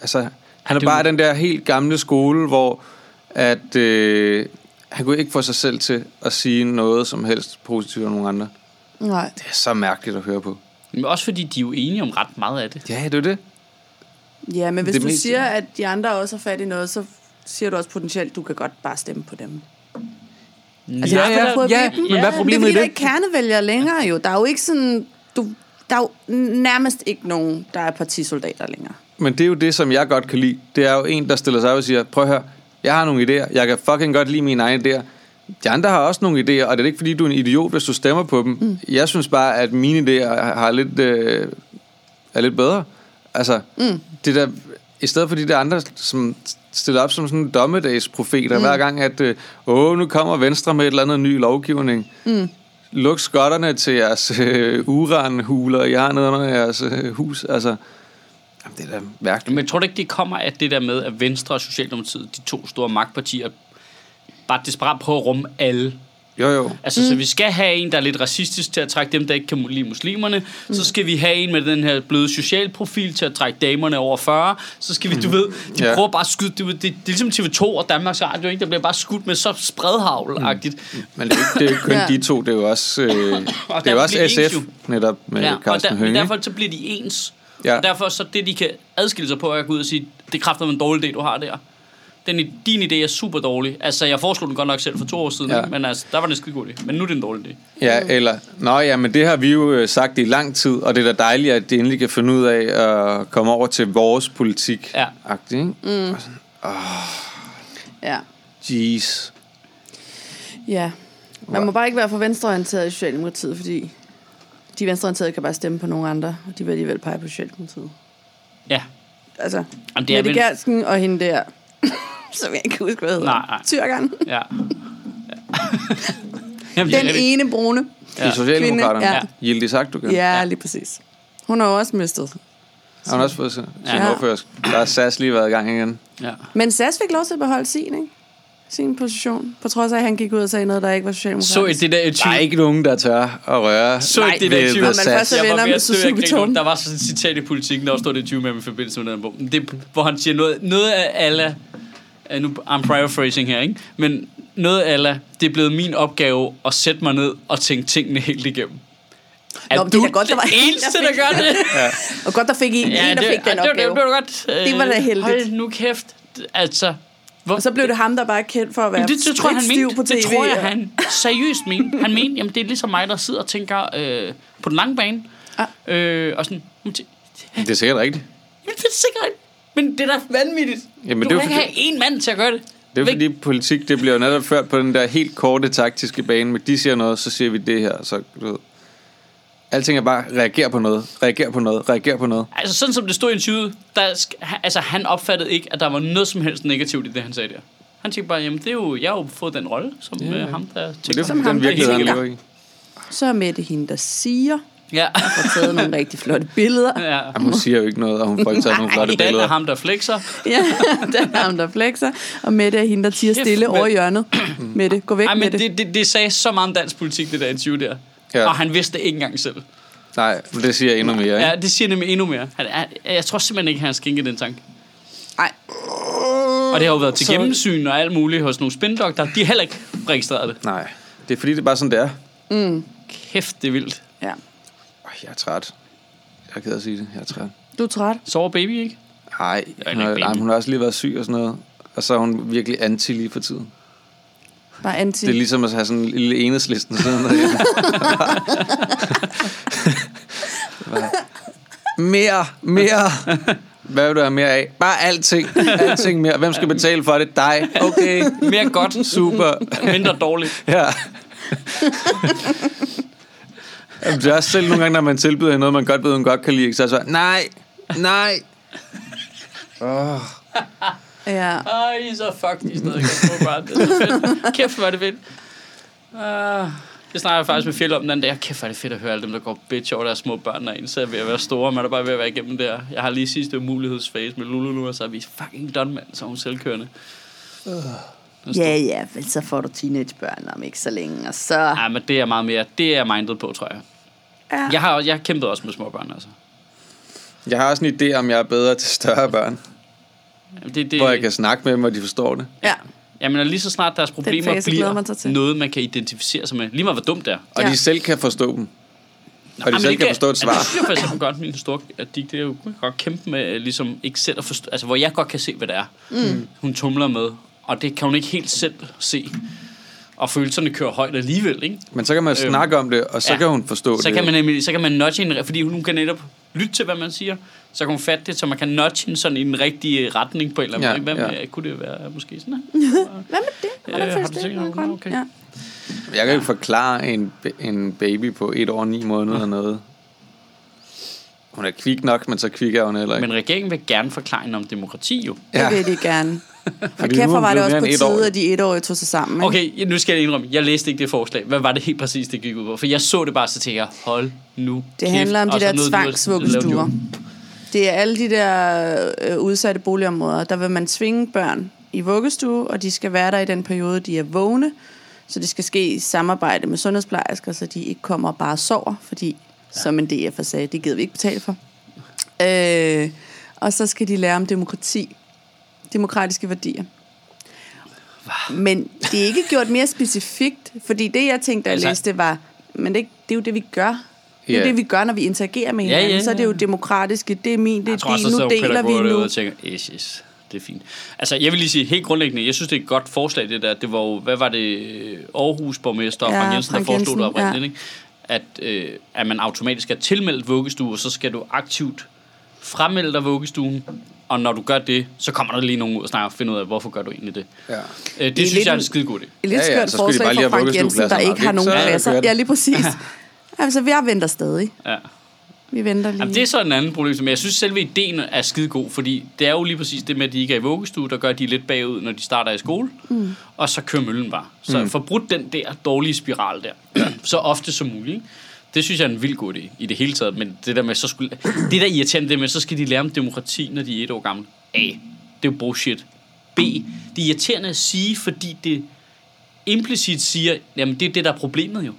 Speaker 2: Altså, han er
Speaker 1: det
Speaker 2: bare
Speaker 1: var-
Speaker 2: den der helt gamle skole, hvor at, øh, han kunne ikke få sig selv til at sige noget som helst positivt om nogen andre.
Speaker 3: Nej.
Speaker 2: Det er så mærkeligt at høre på.
Speaker 1: Men også fordi de er jo enige om ret meget af det.
Speaker 2: Ja, det er det.
Speaker 3: Ja, men hvis
Speaker 2: Det
Speaker 3: du
Speaker 2: meste-
Speaker 3: siger, at de andre også har fat i noget, så siger du også potentielt, du kan godt bare stemme på dem. Altså,
Speaker 2: Ja,
Speaker 3: jeg har
Speaker 2: ja,
Speaker 3: prøvet at
Speaker 2: ja,
Speaker 3: blive den.
Speaker 2: men hvad er problemet
Speaker 3: det er,
Speaker 2: i
Speaker 3: fordi,
Speaker 2: det?
Speaker 3: der ikke er kernevælgere længere jo. Der er jo ikke sådan... Du, der er jo nærmest ikke nogen, der er partisoldater længere.
Speaker 2: Men det er jo det, som jeg godt kan lide. Det er jo en, der stiller sig op og siger, prøv at høre, jeg har nogle idéer, jeg kan fucking godt lide mine egne idéer. De andre har også nogle idéer, og det er ikke fordi, du er en idiot, hvis du stemmer på dem. Mm. Jeg synes bare, at mine idéer har lidt, øh, er lidt bedre. Altså, mm. det der, i stedet for de der andre, som stiller op som sådan dommedagsprofeter, mm. hver gang, at øh, åh, nu kommer Venstre med et eller andet ny lovgivning. Mm. luk skotterne til jeres øh, uranhuler, I har nede under jeres øh, hus. Altså, jamen, det er da mærkeligt.
Speaker 1: Men jeg tror da ikke, det kommer af det der med, at Venstre og Socialdemokratiet, de to store magtpartier, bare desperat prøver at rumme alle.
Speaker 2: Jo, jo.
Speaker 1: Altså, mm. så vi skal have en, der er lidt racistisk til at trække dem, der ikke kan lide muslimerne. Mm. Så skal vi have en med den her bløde socialprofil til at trække damerne over 40. Så skal vi, du ved, de
Speaker 2: Mm. Ja.
Speaker 1: yeah. prøver bare at skyde. Det, det, det er ligesom TV2 og Danmarks Radio, ikke? Der bliver bare skudt med så spredhavl-agtigt. Mm.
Speaker 2: Men det er jo ikke, det er jo ikke kun
Speaker 3: Ja.
Speaker 2: ja. de to, det er jo også, øh, det er
Speaker 1: derfor
Speaker 2: jo også
Speaker 1: bliver de
Speaker 2: SF,
Speaker 1: ens
Speaker 2: netop med ja,
Speaker 1: og
Speaker 2: Carsten
Speaker 1: der, men
Speaker 2: Hønge.
Speaker 1: derfor så bliver de ens. Ja.
Speaker 2: Ja.
Speaker 1: Og derfor så det, de kan adskille sig på, er at gå ud og sige, det kræfter en dårlig idé, du har der. Den, i- din idé er super dårlig. Altså, jeg foreslog den godt nok selv for to år siden,
Speaker 2: Ja.
Speaker 1: ja. men altså, der var den en skide god idé. Men nu er det en dårlig idé.
Speaker 2: Ja, eller, nå ja, men det har vi jo øh, sagt i lang tid, og det er da dejligt, at de endelig kan finde ud af at komme over til vores politik.
Speaker 1: Ja.
Speaker 2: Agtigt, ikke? Mm.
Speaker 3: Ja.
Speaker 2: Jeez.
Speaker 3: ja. Man må bare ikke være for venstreorienteret i Socialdemokratiet, fordi de venstreorienterede kan bare stemme på nogle andre, og de vil alligevel pege på Socialdemokratiet.
Speaker 1: Ja.
Speaker 3: Altså,
Speaker 1: Jamen,
Speaker 3: det
Speaker 1: det er
Speaker 3: Mette
Speaker 1: vel-
Speaker 3: Gertsen og hende der, som jeg ikke kan huske, hvad hedder.
Speaker 1: Nej, nej.
Speaker 3: Tyrkeren.
Speaker 1: Ja. ja. Jamen,
Speaker 3: Den
Speaker 1: det er rigtigt.
Speaker 3: ene brune.
Speaker 2: Ja. I Socialdemokraterne.
Speaker 3: Kvinde, ja.
Speaker 2: Ja. Yildiz Akdogan.
Speaker 3: Ja, ja, lige præcis. Hun har jo også mistet.
Speaker 2: Har hun også fået sin
Speaker 1: Ja.
Speaker 2: ja. ordfører? Der har SAS lige været i gang igen.
Speaker 1: Ja.
Speaker 3: Men SAS fik lov til at beholde sin, ikke? Sin position. På trods af, at han gik ud og sagde noget, der ikke var socialdemokratisk.
Speaker 1: Så I det der
Speaker 2: Der er
Speaker 1: etyde?
Speaker 2: ikke nogen, der tør at røre
Speaker 1: Så I det
Speaker 2: ved-
Speaker 1: der
Speaker 2: ved
Speaker 1: etyde?
Speaker 3: man først
Speaker 2: SAS.
Speaker 3: er
Speaker 1: Jeg
Speaker 3: venner
Speaker 1: var ved
Speaker 3: med
Speaker 1: at dø af
Speaker 3: Suzuki
Speaker 1: grin.
Speaker 3: Tone.
Speaker 1: Der var sådan et citat i politikken, der også stod det 20 med i forbindelse med den bog. Det, er, hvor han siger noget, noget af alla, øh, nu I'm paraphrasing her, ikke? men noget af alla, det er blevet min opgave at sætte mig ned og tænke tingene helt igennem. Er
Speaker 3: Nå, men det er da godt, der var
Speaker 1: den
Speaker 3: en, der
Speaker 1: eneste,
Speaker 3: fik
Speaker 1: der gør det?
Speaker 3: Og godt, der fik en, ja, en der fik den
Speaker 1: ej, det, var-
Speaker 3: opgave.
Speaker 1: det, var godt.
Speaker 3: Det var da
Speaker 1: Øh,
Speaker 3: heldigt.
Speaker 1: Hold nu kæft. Altså, hvor,
Speaker 3: Og så blev det ham, der bare er kendt for at være
Speaker 1: Jamen, det, det tror jeg, han
Speaker 3: lidt stiv
Speaker 1: mente.
Speaker 3: på tv.
Speaker 1: det tror jeg,
Speaker 3: og-
Speaker 1: han seriøst mente. Han mente, jamen, det er ligesom mig, der sidder og tænker øh, på den lange bane.
Speaker 3: Ah.
Speaker 1: Øh, og sådan, jamen, det,
Speaker 2: Det er sikkert rigtigt.
Speaker 1: jamen, det er sikkert Men det er da vanvittigt.
Speaker 2: Jamen,
Speaker 1: du
Speaker 2: det er
Speaker 1: kan
Speaker 2: jo
Speaker 1: ikke have en mand til at gøre det.
Speaker 2: Det er
Speaker 1: Væk.
Speaker 2: fordi politik, det bliver jo netop ført på den der helt korte taktiske bane, men de siger noget, så siger vi det her, så du ved. Alting er bare, reager på noget, reager på noget, reager på noget.
Speaker 1: Altså, sådan som det stod i interviewet, der, sk- altså, han opfattede ikke, at der var noget som helst negativt i det, han sagde der. Han tænkte bare, jamen, det er jo, jeg har jo fået den rolle, som
Speaker 2: Ja,
Speaker 1: yeah.
Speaker 2: ja.
Speaker 1: ham, der
Speaker 2: Men det
Speaker 1: tænker.
Speaker 2: er
Speaker 3: Som
Speaker 2: fordi,
Speaker 3: ham,
Speaker 2: den
Speaker 3: der
Speaker 2: virkelighed, han
Speaker 3: tænker.
Speaker 2: lever i.
Speaker 3: Så er Mette hende, der siger,
Speaker 1: Ja.
Speaker 3: og taget nogle rigtig flotte billeder.
Speaker 1: ja.
Speaker 2: Jamen, hun siger jo ikke noget, og hun får ikke taget nogle flotte
Speaker 1: Dan er
Speaker 2: billeder.
Speaker 1: ham, der flexer.
Speaker 3: Ja, der er ham, der flexer. Og Mette er hende, der tiger
Speaker 1: Kæft,
Speaker 3: stille over i
Speaker 1: Mette.
Speaker 3: hjørnet. Mette, gå væk
Speaker 1: Ej,
Speaker 3: med
Speaker 1: men det,
Speaker 3: det.
Speaker 1: det, det sagde så meget om dansk politik, det der interview der. Ja.
Speaker 2: Ja.
Speaker 1: Og han vidste det ikke engang selv.
Speaker 2: Nej, men det siger jeg endnu mere,
Speaker 1: Ja,
Speaker 2: ikke?
Speaker 1: det siger nemlig endnu mere. Han, han, jeg tror simpelthen ikke, han har skænket den tanke.
Speaker 3: Nej,
Speaker 1: Og det har jo været til
Speaker 3: Sorry.
Speaker 1: gennemsyn og alt muligt hos nogle spindokter. De har heller ikke registreret det.
Speaker 2: Nej, det er fordi, det er bare sådan, det er.
Speaker 1: Kæft, det er vildt.
Speaker 3: ja.
Speaker 2: Åh, Jeg er træt. Jeg gider at sige det, jeg er træt.
Speaker 3: Du er træt.
Speaker 1: Sover baby, ikke?
Speaker 2: Nej,
Speaker 1: er
Speaker 2: hun, har-
Speaker 1: ikke
Speaker 2: nej,
Speaker 1: baby.
Speaker 2: hun har også lige været syg og sådan noget. Og så er hun virkelig anti lige for tiden.
Speaker 3: Bare anti.
Speaker 2: Det er ligesom at have sådan en lille enhedslisten siden derhjemme. mere, mere. Hvad vil du have mere af? Bare alting. Alting mere. Hvem skal betale for det? Dig. Okay.
Speaker 1: Mere godt,
Speaker 2: Super.
Speaker 1: mindre dårligt.
Speaker 2: Ja. Jamen, det er også selv nogle gange, når man tilbyder hende noget, man godt ved, hun godt kan lide. ikke? Så er jeg så, nej, nej. Oh.
Speaker 3: Ja.
Speaker 1: Ej, I er så fuck, I stadig kan bare. Det er så fedt. Kæft, hvor er det fedt. Uh, det snakker jeg faktisk med Fjell om den anden dag. Kæft, hvor er det fedt at høre alle dem, der går bitch over deres små børn, når en så er ved at være store. Man er bare ved at være igennem det her. Jeg har lige sidste mulighedsfase med Lulu nu, og så er vi fucking done, mand. Så er hun selvkørende.
Speaker 3: Ja, ja, men så får du teenagebørn om ikke så længe, og så...
Speaker 1: Ja, Ah, men det er meget mere. Det er jeg mindet på, tror jeg.
Speaker 3: Ja.
Speaker 1: Jeg har, jeg har kæmpet også med småbørn, altså.
Speaker 2: Jeg har også en idé om, jeg er bedre til større børn.
Speaker 1: Jamen, Det, det,
Speaker 2: Hvor jeg kan snakke med dem, og de forstår det.
Speaker 3: Ja.
Speaker 1: Jamen, og lige så snart deres problemer
Speaker 3: fase
Speaker 1: bliver
Speaker 3: glæder man sig til.
Speaker 1: noget, man kan identificere sig med. Lige meget, hvor dumt det er.
Speaker 2: Og
Speaker 3: Ja.
Speaker 2: ja. de selv kan forstå dem. Og
Speaker 1: Jamen,
Speaker 2: de selv
Speaker 1: det
Speaker 2: kan forstå et
Speaker 1: altså, Det
Speaker 2: svar.
Speaker 1: synes jeg for eksempel godt, min store, at de det er jo kunne jeg godt kæmpe med, øh, ligesom ikke selv at forstå, altså hvor jeg godt kan se, hvad det er, mm. hun tumler med. Og det kan hun ikke helt selv se. Og følelserne kører højt alligevel, ikke?
Speaker 2: Men så kan man
Speaker 1: Øhm,
Speaker 2: snakke om det, og så
Speaker 1: ja.
Speaker 2: kan hun forstå
Speaker 1: Så
Speaker 2: det.
Speaker 1: kan man nemlig, så kan man nudge hende, fordi hun kan netop lytte til, hvad man siger. Så kan hun fatte det, så man kan nudge hende sådan i den rigtige retning på en eller anden
Speaker 2: Ja,
Speaker 1: måde. ikke? Hvad med,
Speaker 2: ja.
Speaker 1: kunne det være måske sådan her?
Speaker 3: Hvad med det? Hvordan
Speaker 1: Øh,
Speaker 3: føles
Speaker 1: har du tænkt
Speaker 3: Meget
Speaker 1: over det?
Speaker 3: godt.
Speaker 1: Okay.
Speaker 3: Ja.
Speaker 2: Jeg kan ikke forklare en, en baby på et år og ni måneder noget. Hun er kvik nok, men så kvik er hun heller ikke.
Speaker 1: Men regeringen vil gerne forklare hende om demokrati jo.
Speaker 3: Det
Speaker 2: Ja.
Speaker 3: vil de gerne. Og
Speaker 2: nu er
Speaker 3: kæft, hvor
Speaker 2: hun
Speaker 3: var det
Speaker 2: blevet
Speaker 3: også
Speaker 2: mere
Speaker 3: på
Speaker 2: end et år,
Speaker 3: tide,
Speaker 2: jo.
Speaker 3: at de etårige tog sig sammen. ikke?
Speaker 1: Okay, nu skal jeg indrømme, jeg læste ikke det forslag. Hvad var det helt præcis, det gik ud på? For jeg så det bare, så tænkte jeg, hold nu
Speaker 3: Det
Speaker 1: kæft.
Speaker 3: handler om de
Speaker 1: og så
Speaker 3: der
Speaker 1: nåede du at lave-
Speaker 3: tvangsvuggestuer. Det er alle de der øh, udsatte boligområder, der vil man tvinge børn i vuggestue, og de skal være der i den periode, de er vågne. Så det skal ske i samarbejde med sundhedsplejersker, så de ikke kommer og bare sover, fordi, ja. som en DF'er sagde, det gider vi ikke betale for. Øh, og så skal de lære om demokrati, demokratiske værdier. Men det er ikke gjort mere specifikt, fordi det, jeg tænkte, da jeg
Speaker 1: Altså-
Speaker 3: læste, det var, men det, det er jo det, vi gør. Det er
Speaker 2: Ja.
Speaker 3: det, vi gør, når vi interagerer med
Speaker 1: Ja,
Speaker 3: hinanden. Ja,
Speaker 1: ja,
Speaker 3: ja, Så er det jo
Speaker 1: ja.
Speaker 3: demokratiske, det er min, det
Speaker 1: Jeg
Speaker 3: er
Speaker 1: tror også,
Speaker 3: din,
Speaker 1: der
Speaker 3: nu
Speaker 1: sidder nogle
Speaker 3: deler
Speaker 1: pædagoger
Speaker 3: vi
Speaker 1: derude
Speaker 3: nu.
Speaker 1: og tænker, yes, yes, det er fint. Altså, jeg vil lige sige helt grundlæggende, jeg synes, det er et godt forslag, det der. Det var jo, hvad var det, Aarhus borgmester og
Speaker 3: Ja,
Speaker 1: ja, Frank Jensen, der
Speaker 3: Frank
Speaker 1: forestod det
Speaker 3: Jensen,
Speaker 1: oprindeligt, ikke? At, øh, at man automatisk er tilmeldt vuggestue, og så skal du aktivt fremmelde dig vuggestuen, og når du gør det, så kommer der lige nogen ud og snakker og finder ud af, hvorfor gør du egentlig det.
Speaker 2: Ja.
Speaker 1: Øh, det, det synes
Speaker 3: lidt
Speaker 1: jeg er
Speaker 3: en-
Speaker 1: en skide god idé.
Speaker 3: Et lidt
Speaker 2: Ja,
Speaker 3: skørt
Speaker 2: ja, så skulle de bare
Speaker 3: forslag
Speaker 2: lige
Speaker 3: fra
Speaker 2: have
Speaker 3: Frank Jensen,
Speaker 2: vuggestuepladser
Speaker 3: der
Speaker 2: nok,
Speaker 3: ikke har
Speaker 2: ikke?
Speaker 3: nogen
Speaker 2: Så
Speaker 3: pladser.
Speaker 2: kører den.
Speaker 3: Ja, lige præcis. altså, jeg venter stadig.
Speaker 1: Ja.
Speaker 3: Vi venter lige.
Speaker 1: Jamen, det er så en anden problem, men jeg synes, selve ideen er skide god, fordi det er jo lige præcis det med, at de ikke er i vuggestue, der gør, at de er lidt bagud, når de starter i skole, mm. og så kører møllen bare. Så mm. forbrudt den der dårlige spiral der, så ofte som muligt. ikke? Det synes jeg er en vild god idé i det hele taget, men det der med, så skulle, det der irriterende, det med, så skal de lære om demokrati, når de er et år gamle. A. Det er jo bullshit. B. Det er irriterende at sige, fordi det implicit siger, jamen det er det, der er problemet jo.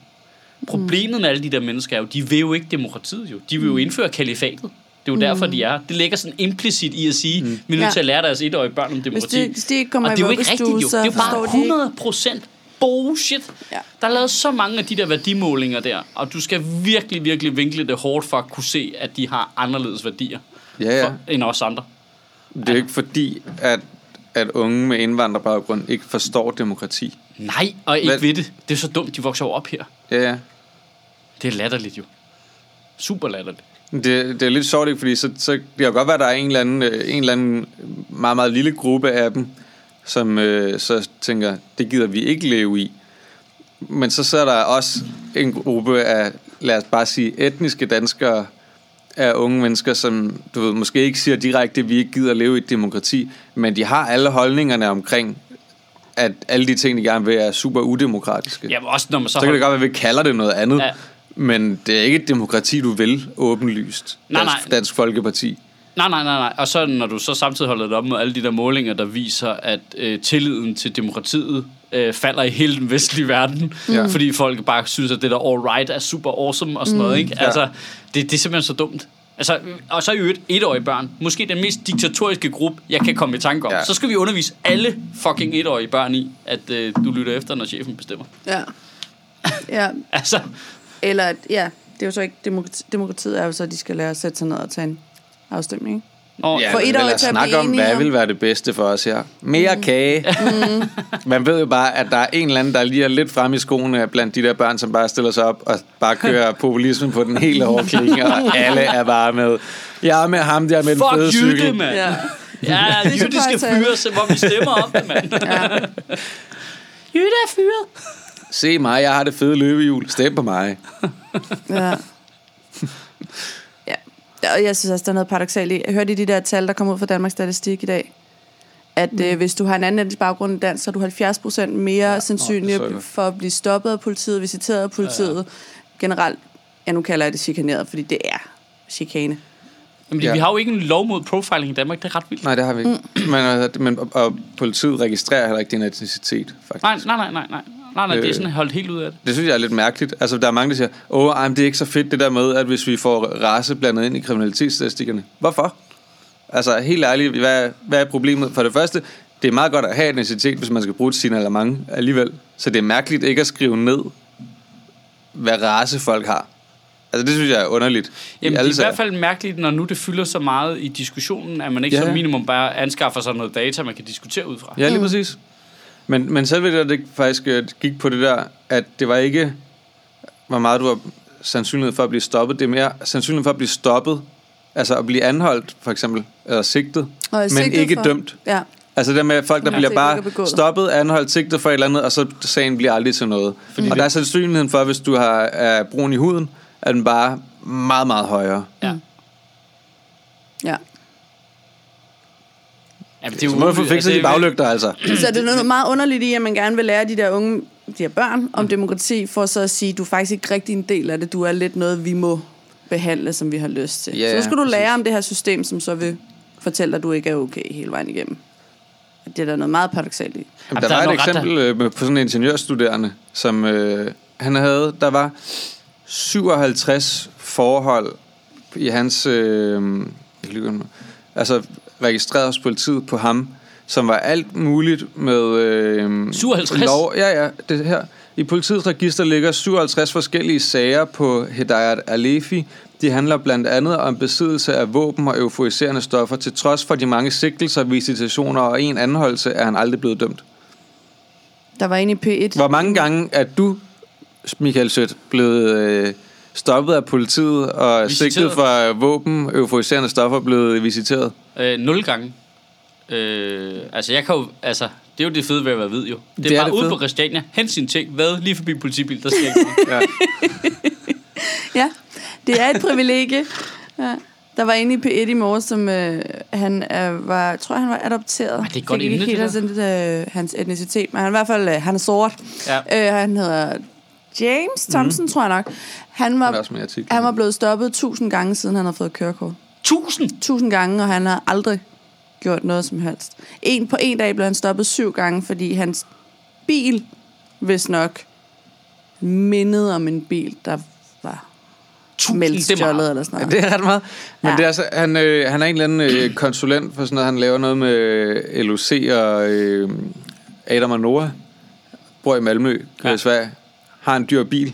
Speaker 1: Problemet med alle de der mennesker er jo, de vil jo ikke demokratiet jo. De vil
Speaker 3: Mm.
Speaker 1: jo indføre kalifatet. Det er jo derfor, de er her. Det ligger sådan implicit i at sige, mm. vi er nødt
Speaker 3: Ja.
Speaker 1: til at lære deres etårige børn om
Speaker 3: Hvis
Speaker 1: demokrati.
Speaker 3: de, hvis de ikke kommer
Speaker 1: og
Speaker 3: i
Speaker 1: det er jo ikke rigtigt
Speaker 3: vuggestue,
Speaker 1: jo. Det er jo
Speaker 3: så forstår
Speaker 1: bare
Speaker 3: de ikke.
Speaker 1: 100 procent bullshit.
Speaker 3: Ja.
Speaker 1: Der er lavet så mange af de der værdimålinger der, og du skal virkelig, virkelig vinkle det hårdt for at kunne se, at de har anderledes værdier
Speaker 2: Ja, ja.
Speaker 1: for, end os andre.
Speaker 2: Det er jo ikke fordi, at, at unge med indvandrerbaggrund ikke forstår demokrati.
Speaker 1: Nej, og ikke
Speaker 2: Men-
Speaker 1: ved det. Det er så dumt, de vokser jo op her.
Speaker 2: Ja, ja.
Speaker 1: Det er latterligt jo. Super latterligt.
Speaker 2: Det, det er lidt sjovt, ikke? fordi så, så det kan godt være, at der er en eller, anden, øh, en eller anden meget, meget lille gruppe af dem, som øh, så tænker, det gider vi ikke leve i. Men så sidder der også en gruppe af, lad os bare sige, etniske danskere, af unge mennesker, som du ved, måske ikke siger direkte, at vi ikke gider leve i et demokrati, men de har alle holdningerne omkring, at alle de ting, de gerne vil, er super udemokratiske.
Speaker 1: Jamen også når man så,
Speaker 2: Så kan det godt være, at vi kalder det noget andet.
Speaker 1: Ja.
Speaker 2: Ja. Men det er ikke et demokrati, du vil, åbenlyst.
Speaker 1: Nej,
Speaker 2: Dansk,
Speaker 1: nej.
Speaker 2: Dansk Folkeparti.
Speaker 1: Nej, nej, nej, nej. Og så når du så samtidig holder det op med alle de der målinger, der viser, at øh, tilliden til demokratiet øh, falder i hele den vestlige verden, ja.
Speaker 2: Ja.
Speaker 1: fordi folk bare synes, at det der all right er super awesome og sådan noget, ikke?
Speaker 2: Mm. Ja.
Speaker 1: Altså, det, det er simpelthen så dumt. Altså, og så i øvrigt etårige børn. Måske den mest diktatoriske gruppe, jeg kan komme i tanke om. Ja.
Speaker 2: Ja.
Speaker 1: Så skal vi undervise alle fucking etårige børn i, at øh, du lytter efter, når chefen bestemmer.
Speaker 3: Ja. ja.
Speaker 1: Altså,
Speaker 3: Eller, at- ja, det er jo så ikke demokrati, demokratiet er jo så, at de skal lære at sætte sig ned og tage en afstemning. ikke?
Speaker 1: nå, ja.
Speaker 3: For et
Speaker 2: men
Speaker 3: år
Speaker 2: lad os
Speaker 3: til at
Speaker 2: snakke
Speaker 3: blive
Speaker 2: om,
Speaker 3: enige
Speaker 2: hvad
Speaker 3: om-
Speaker 2: vil være det bedste for os her. Mere mm. kage. Man ved jo bare, at der er en eller anden, der lige er lidt frem i skoene blandt de der børn, som bare stiller sig op og bare kører populismen på den hele hårde klinge, og alle er bare med. Jeg er med ham der med den fede
Speaker 1: fuck jytte,
Speaker 2: cykel.
Speaker 1: mand. Ja,
Speaker 3: Ja.
Speaker 1: ja
Speaker 3: Det er så
Speaker 1: jytte skal
Speaker 3: påtaget.
Speaker 1: fyres, hvor vi stemmer om det, mand.
Speaker 3: ja.
Speaker 1: Jytte er fyret.
Speaker 2: Se mig, jeg har det fede løbehjul. Stem på mig.
Speaker 3: Ja. ja. Og jeg synes også, der er noget paradoxalt i. Jeg hørte i de der tal, der kom ud fra Danmarks Statistik i dag, at mm. øh, hvis du har en anden etnisk baggrund end dansk, så er du 70% mere ja, sandsynlig
Speaker 2: nå, det så jeg.
Speaker 3: for at blive stoppet af politiet, visiteret af politiet. Ja, ja. Generelt, ja nu kalder jeg det chikaneret, fordi det er chikane.
Speaker 1: Jamen, ja.
Speaker 2: Ja.
Speaker 1: vi har jo ikke en lov mod profiling i Danmark, det er ret vildt.
Speaker 2: Nej, det har vi ikke. Men, altså, men og, og politiet registrerer heller ikke din etnicitet, faktisk.
Speaker 1: Nej, nej, nej, nej, nej. Nej, nej, det er
Speaker 2: Øh.
Speaker 1: sådan holdt helt ud af det.
Speaker 2: Det synes jeg er lidt mærkeligt. Altså, der er mange, der siger, åh, ej, men det er ikke så fedt det der med, at hvis vi får race blandet ind i kriminalitetsstatistikkerne. Hvorfor? Altså, helt ærligt, hvad, hvad er problemet? For det første, det er meget godt at have etnicitet, hvis man skal bruge et signalement alligevel. Så det er mærkeligt ikke at skrive ned, hvad race folk har. Altså, det synes jeg er underligt. I
Speaker 1: Jamen, det
Speaker 2: alle
Speaker 1: er i
Speaker 2: sager.
Speaker 1: hvert fald mærkeligt, når nu det fylder så meget i diskussionen, at man ikke ja.
Speaker 2: Ja.
Speaker 1: som minimum bare anskaffer sig noget data, man kan diskutere ud fra.
Speaker 2: Ja,
Speaker 3: Mm.
Speaker 2: lige præcis. Men, men selv ved det, det faktisk øh, gik på det der, at det var ikke, hvor meget du var sandsynlighed for at blive stoppet. Det er mere sandsynlighed for at blive stoppet, altså at blive anholdt, for eksempel, eller sigtet,
Speaker 3: Og er
Speaker 2: men
Speaker 3: sigtet
Speaker 2: ikke
Speaker 3: for-
Speaker 2: dømt.
Speaker 3: Ja.
Speaker 2: Altså det der med at folk, der
Speaker 3: Ja.
Speaker 2: ja, bliver
Speaker 3: Ting, der ikke er
Speaker 2: bare
Speaker 3: begået.
Speaker 2: stoppet, anholdt, sigtet for et eller andet, og så sagen bliver aldrig til noget. Fordi og der er sandsynligheden for, hvis du har er brun i huden, er den bare meget, meget højere.
Speaker 1: Ja.
Speaker 3: Ja.
Speaker 1: Jamen,
Speaker 2: Så må jeg få
Speaker 1: uly- altså,
Speaker 2: fikset de
Speaker 1: det er-
Speaker 2: baglygter, altså.
Speaker 3: Så er det noget meget underligt i, at man gerne vil lære de der unge, de her børn, om demokrati, for så at sige, du er faktisk ikke rigtig en del af det, du er lidt noget, vi må behandle, som vi har lyst til.
Speaker 2: Ja,
Speaker 3: så nu skal du
Speaker 2: præcis.
Speaker 3: lære om det her system, som så vil fortælle dig, at du ikke er okay hele vejen igennem. Det er da noget meget paradoxalt i.
Speaker 2: Jamen,
Speaker 1: Jamen,
Speaker 2: der,
Speaker 1: der er
Speaker 2: var et
Speaker 1: noget ret
Speaker 2: eksempel øh, med- på sådan en ingeniørstuderende, som øh, han havde. Der var 57 forhold i hans... Øh, jeg lyder med, altså registreret hos politiet på ham, som var alt muligt med... Øh,
Speaker 1: 57?
Speaker 2: Lov, ja, ja, det her. I politiets register ligger 57 forskellige sager på Hedayat Alefi. De handler blandt andet om besiddelse af våben og euforiserende stoffer. Til trods for de mange sigtelser, visitationer og en anholdelse, er han aldrig blevet dømt.
Speaker 3: Der var en i P1.
Speaker 2: Hvor mange gange er du, Michael Sødt, blevet øh, stoppet af politiet og
Speaker 1: Visiteret.
Speaker 2: sigtet for våben, euforiserende stoffer blevet visiteret?
Speaker 1: Øh, nul gange. Øh, altså, jeg kan jo, altså, det er jo det fede ved at være hvid, jo. Det er,
Speaker 2: Det er
Speaker 1: bare
Speaker 2: det
Speaker 1: ude
Speaker 2: fede.
Speaker 1: på Christiania, hent sine ting, hvad lige forbi en politibil, der sker ikke noget.
Speaker 3: Ja, det er et privilegie. Ja. Der var en i P1 i morges, som øh, han øh, var, jeg tror han var adopteret. Ej,
Speaker 1: det er et godt
Speaker 3: ikke
Speaker 1: emne,
Speaker 3: helt
Speaker 1: det
Speaker 3: det der. Øh, hans etnicitet, men han er i hvert fald, øh, han er sort.
Speaker 1: Ja. Mhm.
Speaker 3: Øh, han hedder James Thompson, mm. tror jeg nok. Han
Speaker 2: Han er
Speaker 3: var,
Speaker 2: også med i artiklen.
Speaker 3: han var blevet stoppet tusind gange, siden han har fået kørekort.
Speaker 1: Tusind!
Speaker 3: Tusind gange, og han har aldrig gjort noget som helst. En, på en dag blev han stoppet syv gange, fordi hans bil, hvis nok, mindede om en bil, der var
Speaker 1: Tusind, det er
Speaker 3: meldt
Speaker 1: meget.
Speaker 3: eller sådan
Speaker 2: Ja,
Speaker 3: noget.
Speaker 2: det er ret meget. Men
Speaker 3: Ja.
Speaker 2: ja. det er så, han, øh, han er en eller anden øh, konsulent for sådan noget. Han laver noget med øh, LOC og øh, Adam og Nora. Bor i Malmø, kører
Speaker 1: Ja.
Speaker 2: ja. i Sverige. Har en dyr bil.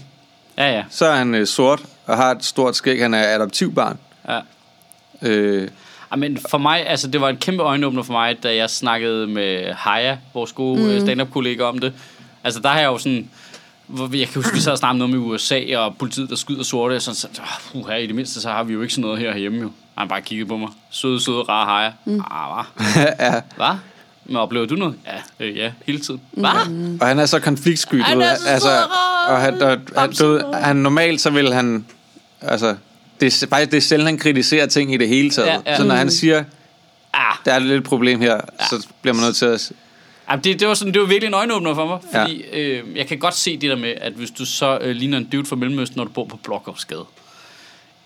Speaker 1: Ja, ja,
Speaker 2: Så er han øh, sort og har et stort skæg. Han er adoptivbarn.
Speaker 1: ja.
Speaker 2: Øh,
Speaker 1: Ej, Men for mig, altså det var en kæmpe øjenåbner for mig, da jeg snakkede med Haya, vores gode mm. stand-up kollega om det. Altså der har jeg jo sådan, hvor vi- jeg kan huske, vi sad og snakkede om noget med USA og politiet, der skyder sorte, og sådan, så, uh, her, i det mindste, så har vi jo ikke sådan noget her hjemme jo. Og Han bare kiggede på mig. Søde, søde, rare Haya. Mm. Ah, hva?
Speaker 2: ja.
Speaker 1: Hva? Men oplever du noget? Ja, øh, ja, hele tiden. Hva? Mm.
Speaker 2: Og han er så konfliktsky, du
Speaker 1: Han
Speaker 2: ved.
Speaker 1: er så
Speaker 2: altså,
Speaker 1: sød og
Speaker 2: og han, og, han,
Speaker 1: bamse.
Speaker 2: du ved, han, normalt så vil han... Altså, det er, s- faktisk det er sjældent, han kritiserer ting i det hele taget.
Speaker 1: Ja,
Speaker 2: Ja,
Speaker 1: ja.
Speaker 2: ja. Så når han siger,
Speaker 1: Ah.
Speaker 2: der er et lille problem her, ja. så bliver man nødt til at... s-
Speaker 1: Jamen, det, det, var sådan, det var virkelig en øjenåbner for mig, fordi ja. øh, jeg kan godt se det der med, at hvis du så øh, ligner en dude fra Mellemøsten, når du bor på Blågårdsgade,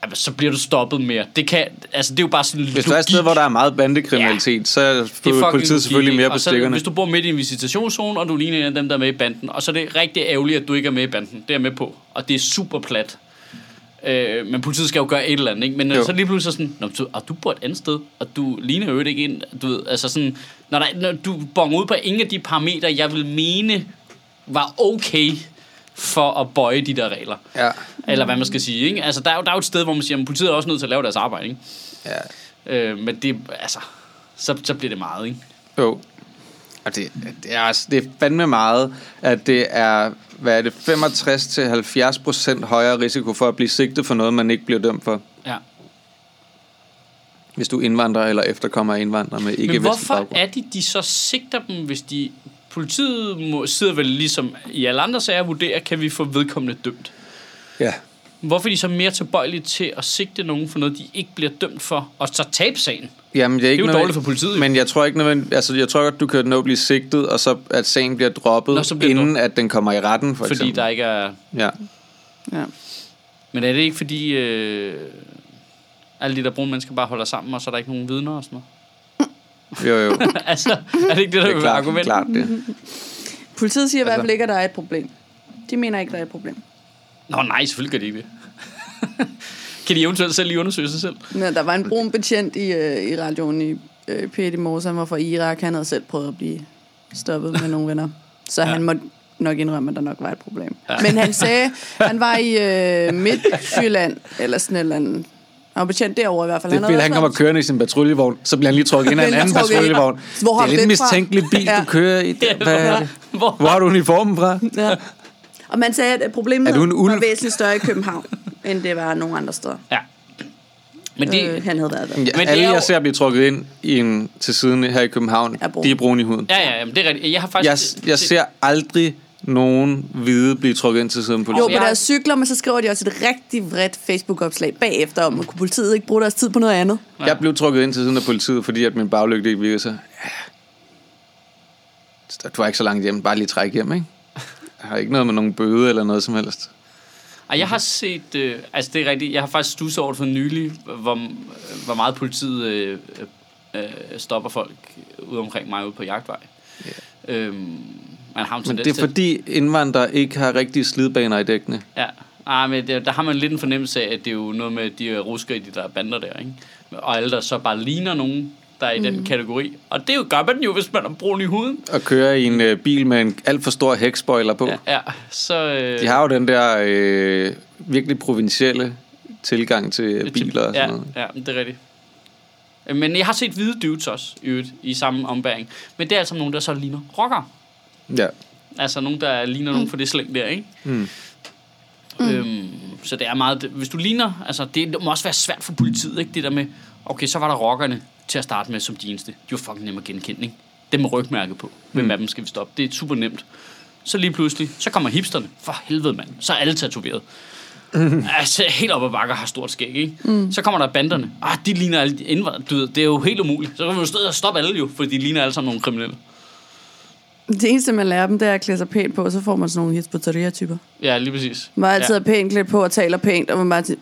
Speaker 1: jamen, så bliver du stoppet mere. Det kan, altså det er jo bare sådan
Speaker 2: Hvis du er et sted, hvor der er meget bandekriminalitet, ja. så
Speaker 1: Det er
Speaker 2: er
Speaker 1: fucking
Speaker 2: politiet
Speaker 1: logik,
Speaker 2: selvfølgelig
Speaker 1: ikke?
Speaker 2: mere på
Speaker 1: Og så,
Speaker 2: stikkerne.
Speaker 1: Hvis du bor midt i en visitationszone, og du ligner en af dem, der er med i banden, og så er det rigtig ærgerligt, at du ikke er med i banden. Det er jeg med på. Og det er super plat. Øh, men politiet skal jo gøre et eller andet, ikke? Men når
Speaker 2: Jo.
Speaker 1: så lige pludselig så sådan, Nå, men du, og du bor et andet sted, og du ligner jo ikke ind, du ved, altså sådan, når, der, når du bonger ud på ingen af de parametre, jeg vil mene var okay for at bøje de der regler.
Speaker 2: Ja.
Speaker 1: Eller hvad man skal sige, ikke? Altså, der er jo, der er jo et sted, hvor man siger, at politiet er også nødt til at lave deres arbejde, ikke?
Speaker 2: ja.
Speaker 1: Øh, men det, altså, så, så bliver det meget, ikke?
Speaker 2: Jo. Og det, det, er, også- det er fandme meget, at det er, hvad er det, 65-70 procent højere risiko for at blive sigtet for noget, man ikke bliver dømt for.
Speaker 1: Ja.
Speaker 2: Hvis du er indvandrer eller efterkommer af indvandrere med ikke
Speaker 1: Men
Speaker 2: vestlig
Speaker 1: hvorfor
Speaker 2: baggrund.
Speaker 1: er det, de så sigter dem, hvis de... Politiet må, sidder vel ligesom i alle andre sager og vurderer, kan vi få vedkommende dømt?
Speaker 2: Ja.
Speaker 1: Hvorfor er de så mere tilbøjelige til at sigte nogen for noget, de ikke bliver dømt for, og så tabe sagen?
Speaker 2: Jamen, det er, ikke
Speaker 1: jo
Speaker 2: nødvendigt-
Speaker 1: dårligt for politiet, jo.
Speaker 2: Men jeg tror ikke nødvendigt, altså jeg tror godt, du kan nå at blive sigtet, og så at sagen bliver droppet,
Speaker 1: Nå,
Speaker 2: Nå,
Speaker 1: så bliver
Speaker 2: bliver
Speaker 1: den
Speaker 2: inden at den kommer i retten, for
Speaker 1: For fordi
Speaker 2: eksempel.
Speaker 1: der ikke er...
Speaker 2: Ja.
Speaker 3: Ja.
Speaker 1: Men er det ikke fordi... Øh, alle de der brune mennesker bare holder sammen, og så er der ikke nogen vidner og sådan noget?
Speaker 2: Jo, jo. Det
Speaker 1: altså, er det ikke det, der
Speaker 2: er
Speaker 1: vil være
Speaker 2: klart, det er
Speaker 1: argument?
Speaker 2: klart
Speaker 3: Mm-hmm.
Speaker 2: det.
Speaker 3: Politiet siger i hvert
Speaker 2: Altså-
Speaker 3: fald ikke, at der er et problem. De mener ikke, der er et problem.
Speaker 1: Nå nej, selvfølgelig gør de ikke det. kan de eventuelt selv lige undersøge sig selv?
Speaker 3: Men der var en brun betjent i, øh, i radioen i øh, P1 i morges, han var fra Irak. Han havde selv prøvet at blive stoppet med nogle venner. Så ja. han måtte nok indrømme, at der nok var et problem. Ja. Men han sagde, han var i øh, Midtjylland, eller sådan et eller andet. Han var betjent derovre i hvert fald.
Speaker 2: Det er
Speaker 3: havde
Speaker 2: fedt, han
Speaker 3: også
Speaker 2: kommer
Speaker 3: været-
Speaker 2: kørende i sin patruljevogn, så bliver han lige trukket ind af en
Speaker 3: Bliver lige
Speaker 2: anden
Speaker 3: trukket ind.
Speaker 2: patruljevogn. Det
Speaker 3: Hvor har
Speaker 2: er
Speaker 3: du
Speaker 2: lidt en
Speaker 3: den fra?
Speaker 2: mistænkelig bil,
Speaker 3: Ja.
Speaker 2: du kører i. Hvad er det?
Speaker 1: Hvor,
Speaker 2: Hvor har du uniformen fra?
Speaker 3: Ja. Og man sagde, at problemet
Speaker 2: Er du en ulv?
Speaker 3: var væsentligt større i København, end det var nogen andre steder.
Speaker 1: Ja. Men det...
Speaker 3: Øh, han havde været der.
Speaker 2: Ja,
Speaker 1: det
Speaker 2: men alle,
Speaker 1: er
Speaker 2: jo...
Speaker 1: jo-
Speaker 2: jeg ser blive trukket ind i en, til siden her i København,
Speaker 3: Er brune.
Speaker 2: de er brune i huden.
Speaker 1: Ja, ja, jamen, det er rigtigt. Jeg har faktisk...
Speaker 2: Jeg, jeg
Speaker 1: det-
Speaker 2: ser aldrig nogen hvide blive trukket ind til siden på
Speaker 3: Jo,
Speaker 2: listen.
Speaker 3: på
Speaker 1: jeg-
Speaker 3: deres cykler, men så skriver de også et rigtig vredt Facebook-opslag bagefter om, at kunne politiet ikke bruge deres tid på noget andet?
Speaker 2: Jeg blev trukket ind til siden af politiet, fordi at min baglygte ikke virkede, så... Ja. Så Du var ikke så langt hjem, bare lige træk hjem, ikke? Jeg har ikke noget med nogen bøde eller noget som helst.
Speaker 1: Og jeg har set, øh, altså det er rigtigt, jeg har faktisk stusset over det for nylig, hvor, hvor meget politiet øh, øh, øh, stopper folk ude omkring mig ude på jagtvej. Yeah. Øhm, man har jo en
Speaker 2: Men
Speaker 1: tendens
Speaker 2: det er
Speaker 1: til-
Speaker 2: fordi indvandrere ikke har rigtige slidbaner i dækkene.
Speaker 1: Ja, ah, men det, der har man lidt en fornemmelse af, at det er jo noget med de rusker i de der bander der, ikke? Og alle, der så bare ligner nogen, der er i mm. den kategori. Og det er jo, gør man jo, hvis man er brun i huden.
Speaker 2: Og kører i en øh, bil med en alt for stor hækspoiler på. Ja.
Speaker 1: Ja, så... Øh,
Speaker 2: De har jo den der øh, virkelig provincielle tilgang til øh, biler og sådan
Speaker 1: ja,
Speaker 2: noget.
Speaker 1: Ja, det er rigtigt. Øh, Men jeg har set hvide dudes også, i, øvrigt, i samme ombæring. Men det er altså nogen, der så ligner rockere.
Speaker 2: Ja.
Speaker 1: Altså nogen, der ligner nogen for det slæng der, ikke?
Speaker 2: Mm.
Speaker 1: Øhm, så det er meget... Hvis du ligner... Altså, det må også være svært for politiet, ikke? Det der med... Okay, så var der rockerne til at starte med som de eneste. De var fucking nemme at genkende, ikke? Dem med rygmærke på. Hvem af dem skal vi stoppe? Det er super nemt. Så lige pludselig, så kommer hipsterne. For helvede, mand. Så er alle tatoveret. Altså, helt op ad bakker har stort skæg, ikke? Mm. Så kommer der banderne. Ah, de ligner alle de indvandrere. Du ved, det er jo helt umuligt. Så kan vi jo stå og stoppe alle jo, for de ligner alle sammen nogle kriminelle.
Speaker 3: Det eneste, man lærer dem, det er at klæde sig pænt på, og så får man sådan nogle hispateria-typer.
Speaker 1: Ja, lige præcis.
Speaker 3: Man er altid
Speaker 1: ja.
Speaker 3: ja. pænt klædt på og taler pænt, og man bare til,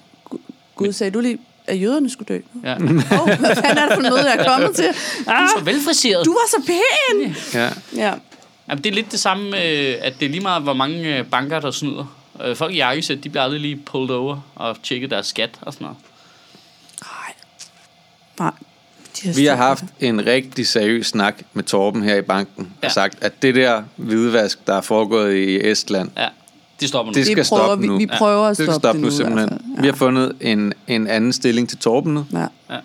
Speaker 3: Gud, sagde du lige, at jøderne skulle dø?
Speaker 1: Ja.
Speaker 3: Åh, oh, hvad fanden er det for noget, jeg er kommet til?
Speaker 1: Du er
Speaker 3: Ah,
Speaker 1: så velfriseret.
Speaker 3: du var så pæn!
Speaker 2: ja.
Speaker 3: Ja.
Speaker 1: Jamen, det er lidt det samme, øh, at det er lige meget, hvor mange øh, banker, der snyder. Øh, folk i jakkesæt, de bliver aldrig lige pulled over og tjekket deres skat og sådan noget.
Speaker 3: Ej. Nej. De
Speaker 2: Vi har
Speaker 3: styr på
Speaker 2: haft
Speaker 3: det.
Speaker 2: en rigtig seriøs snak med Torben her i banken ja.
Speaker 1: Ja.
Speaker 2: og sagt, at det der hvidvask, der er foregået i Estland,
Speaker 1: Ja, det stopper nu. Det...
Speaker 2: det skal
Speaker 3: prøver-
Speaker 2: stoppe
Speaker 3: vi-
Speaker 2: nu.
Speaker 3: vi prøver at
Speaker 2: det skal
Speaker 3: stoppe
Speaker 2: stoppe
Speaker 3: det
Speaker 2: nu
Speaker 3: nu altså. i
Speaker 2: simpelthen.
Speaker 3: hvert fald.
Speaker 2: Vi har fundet en, en anden stilling til Torben nu,
Speaker 3: Ja.
Speaker 1: Jamen,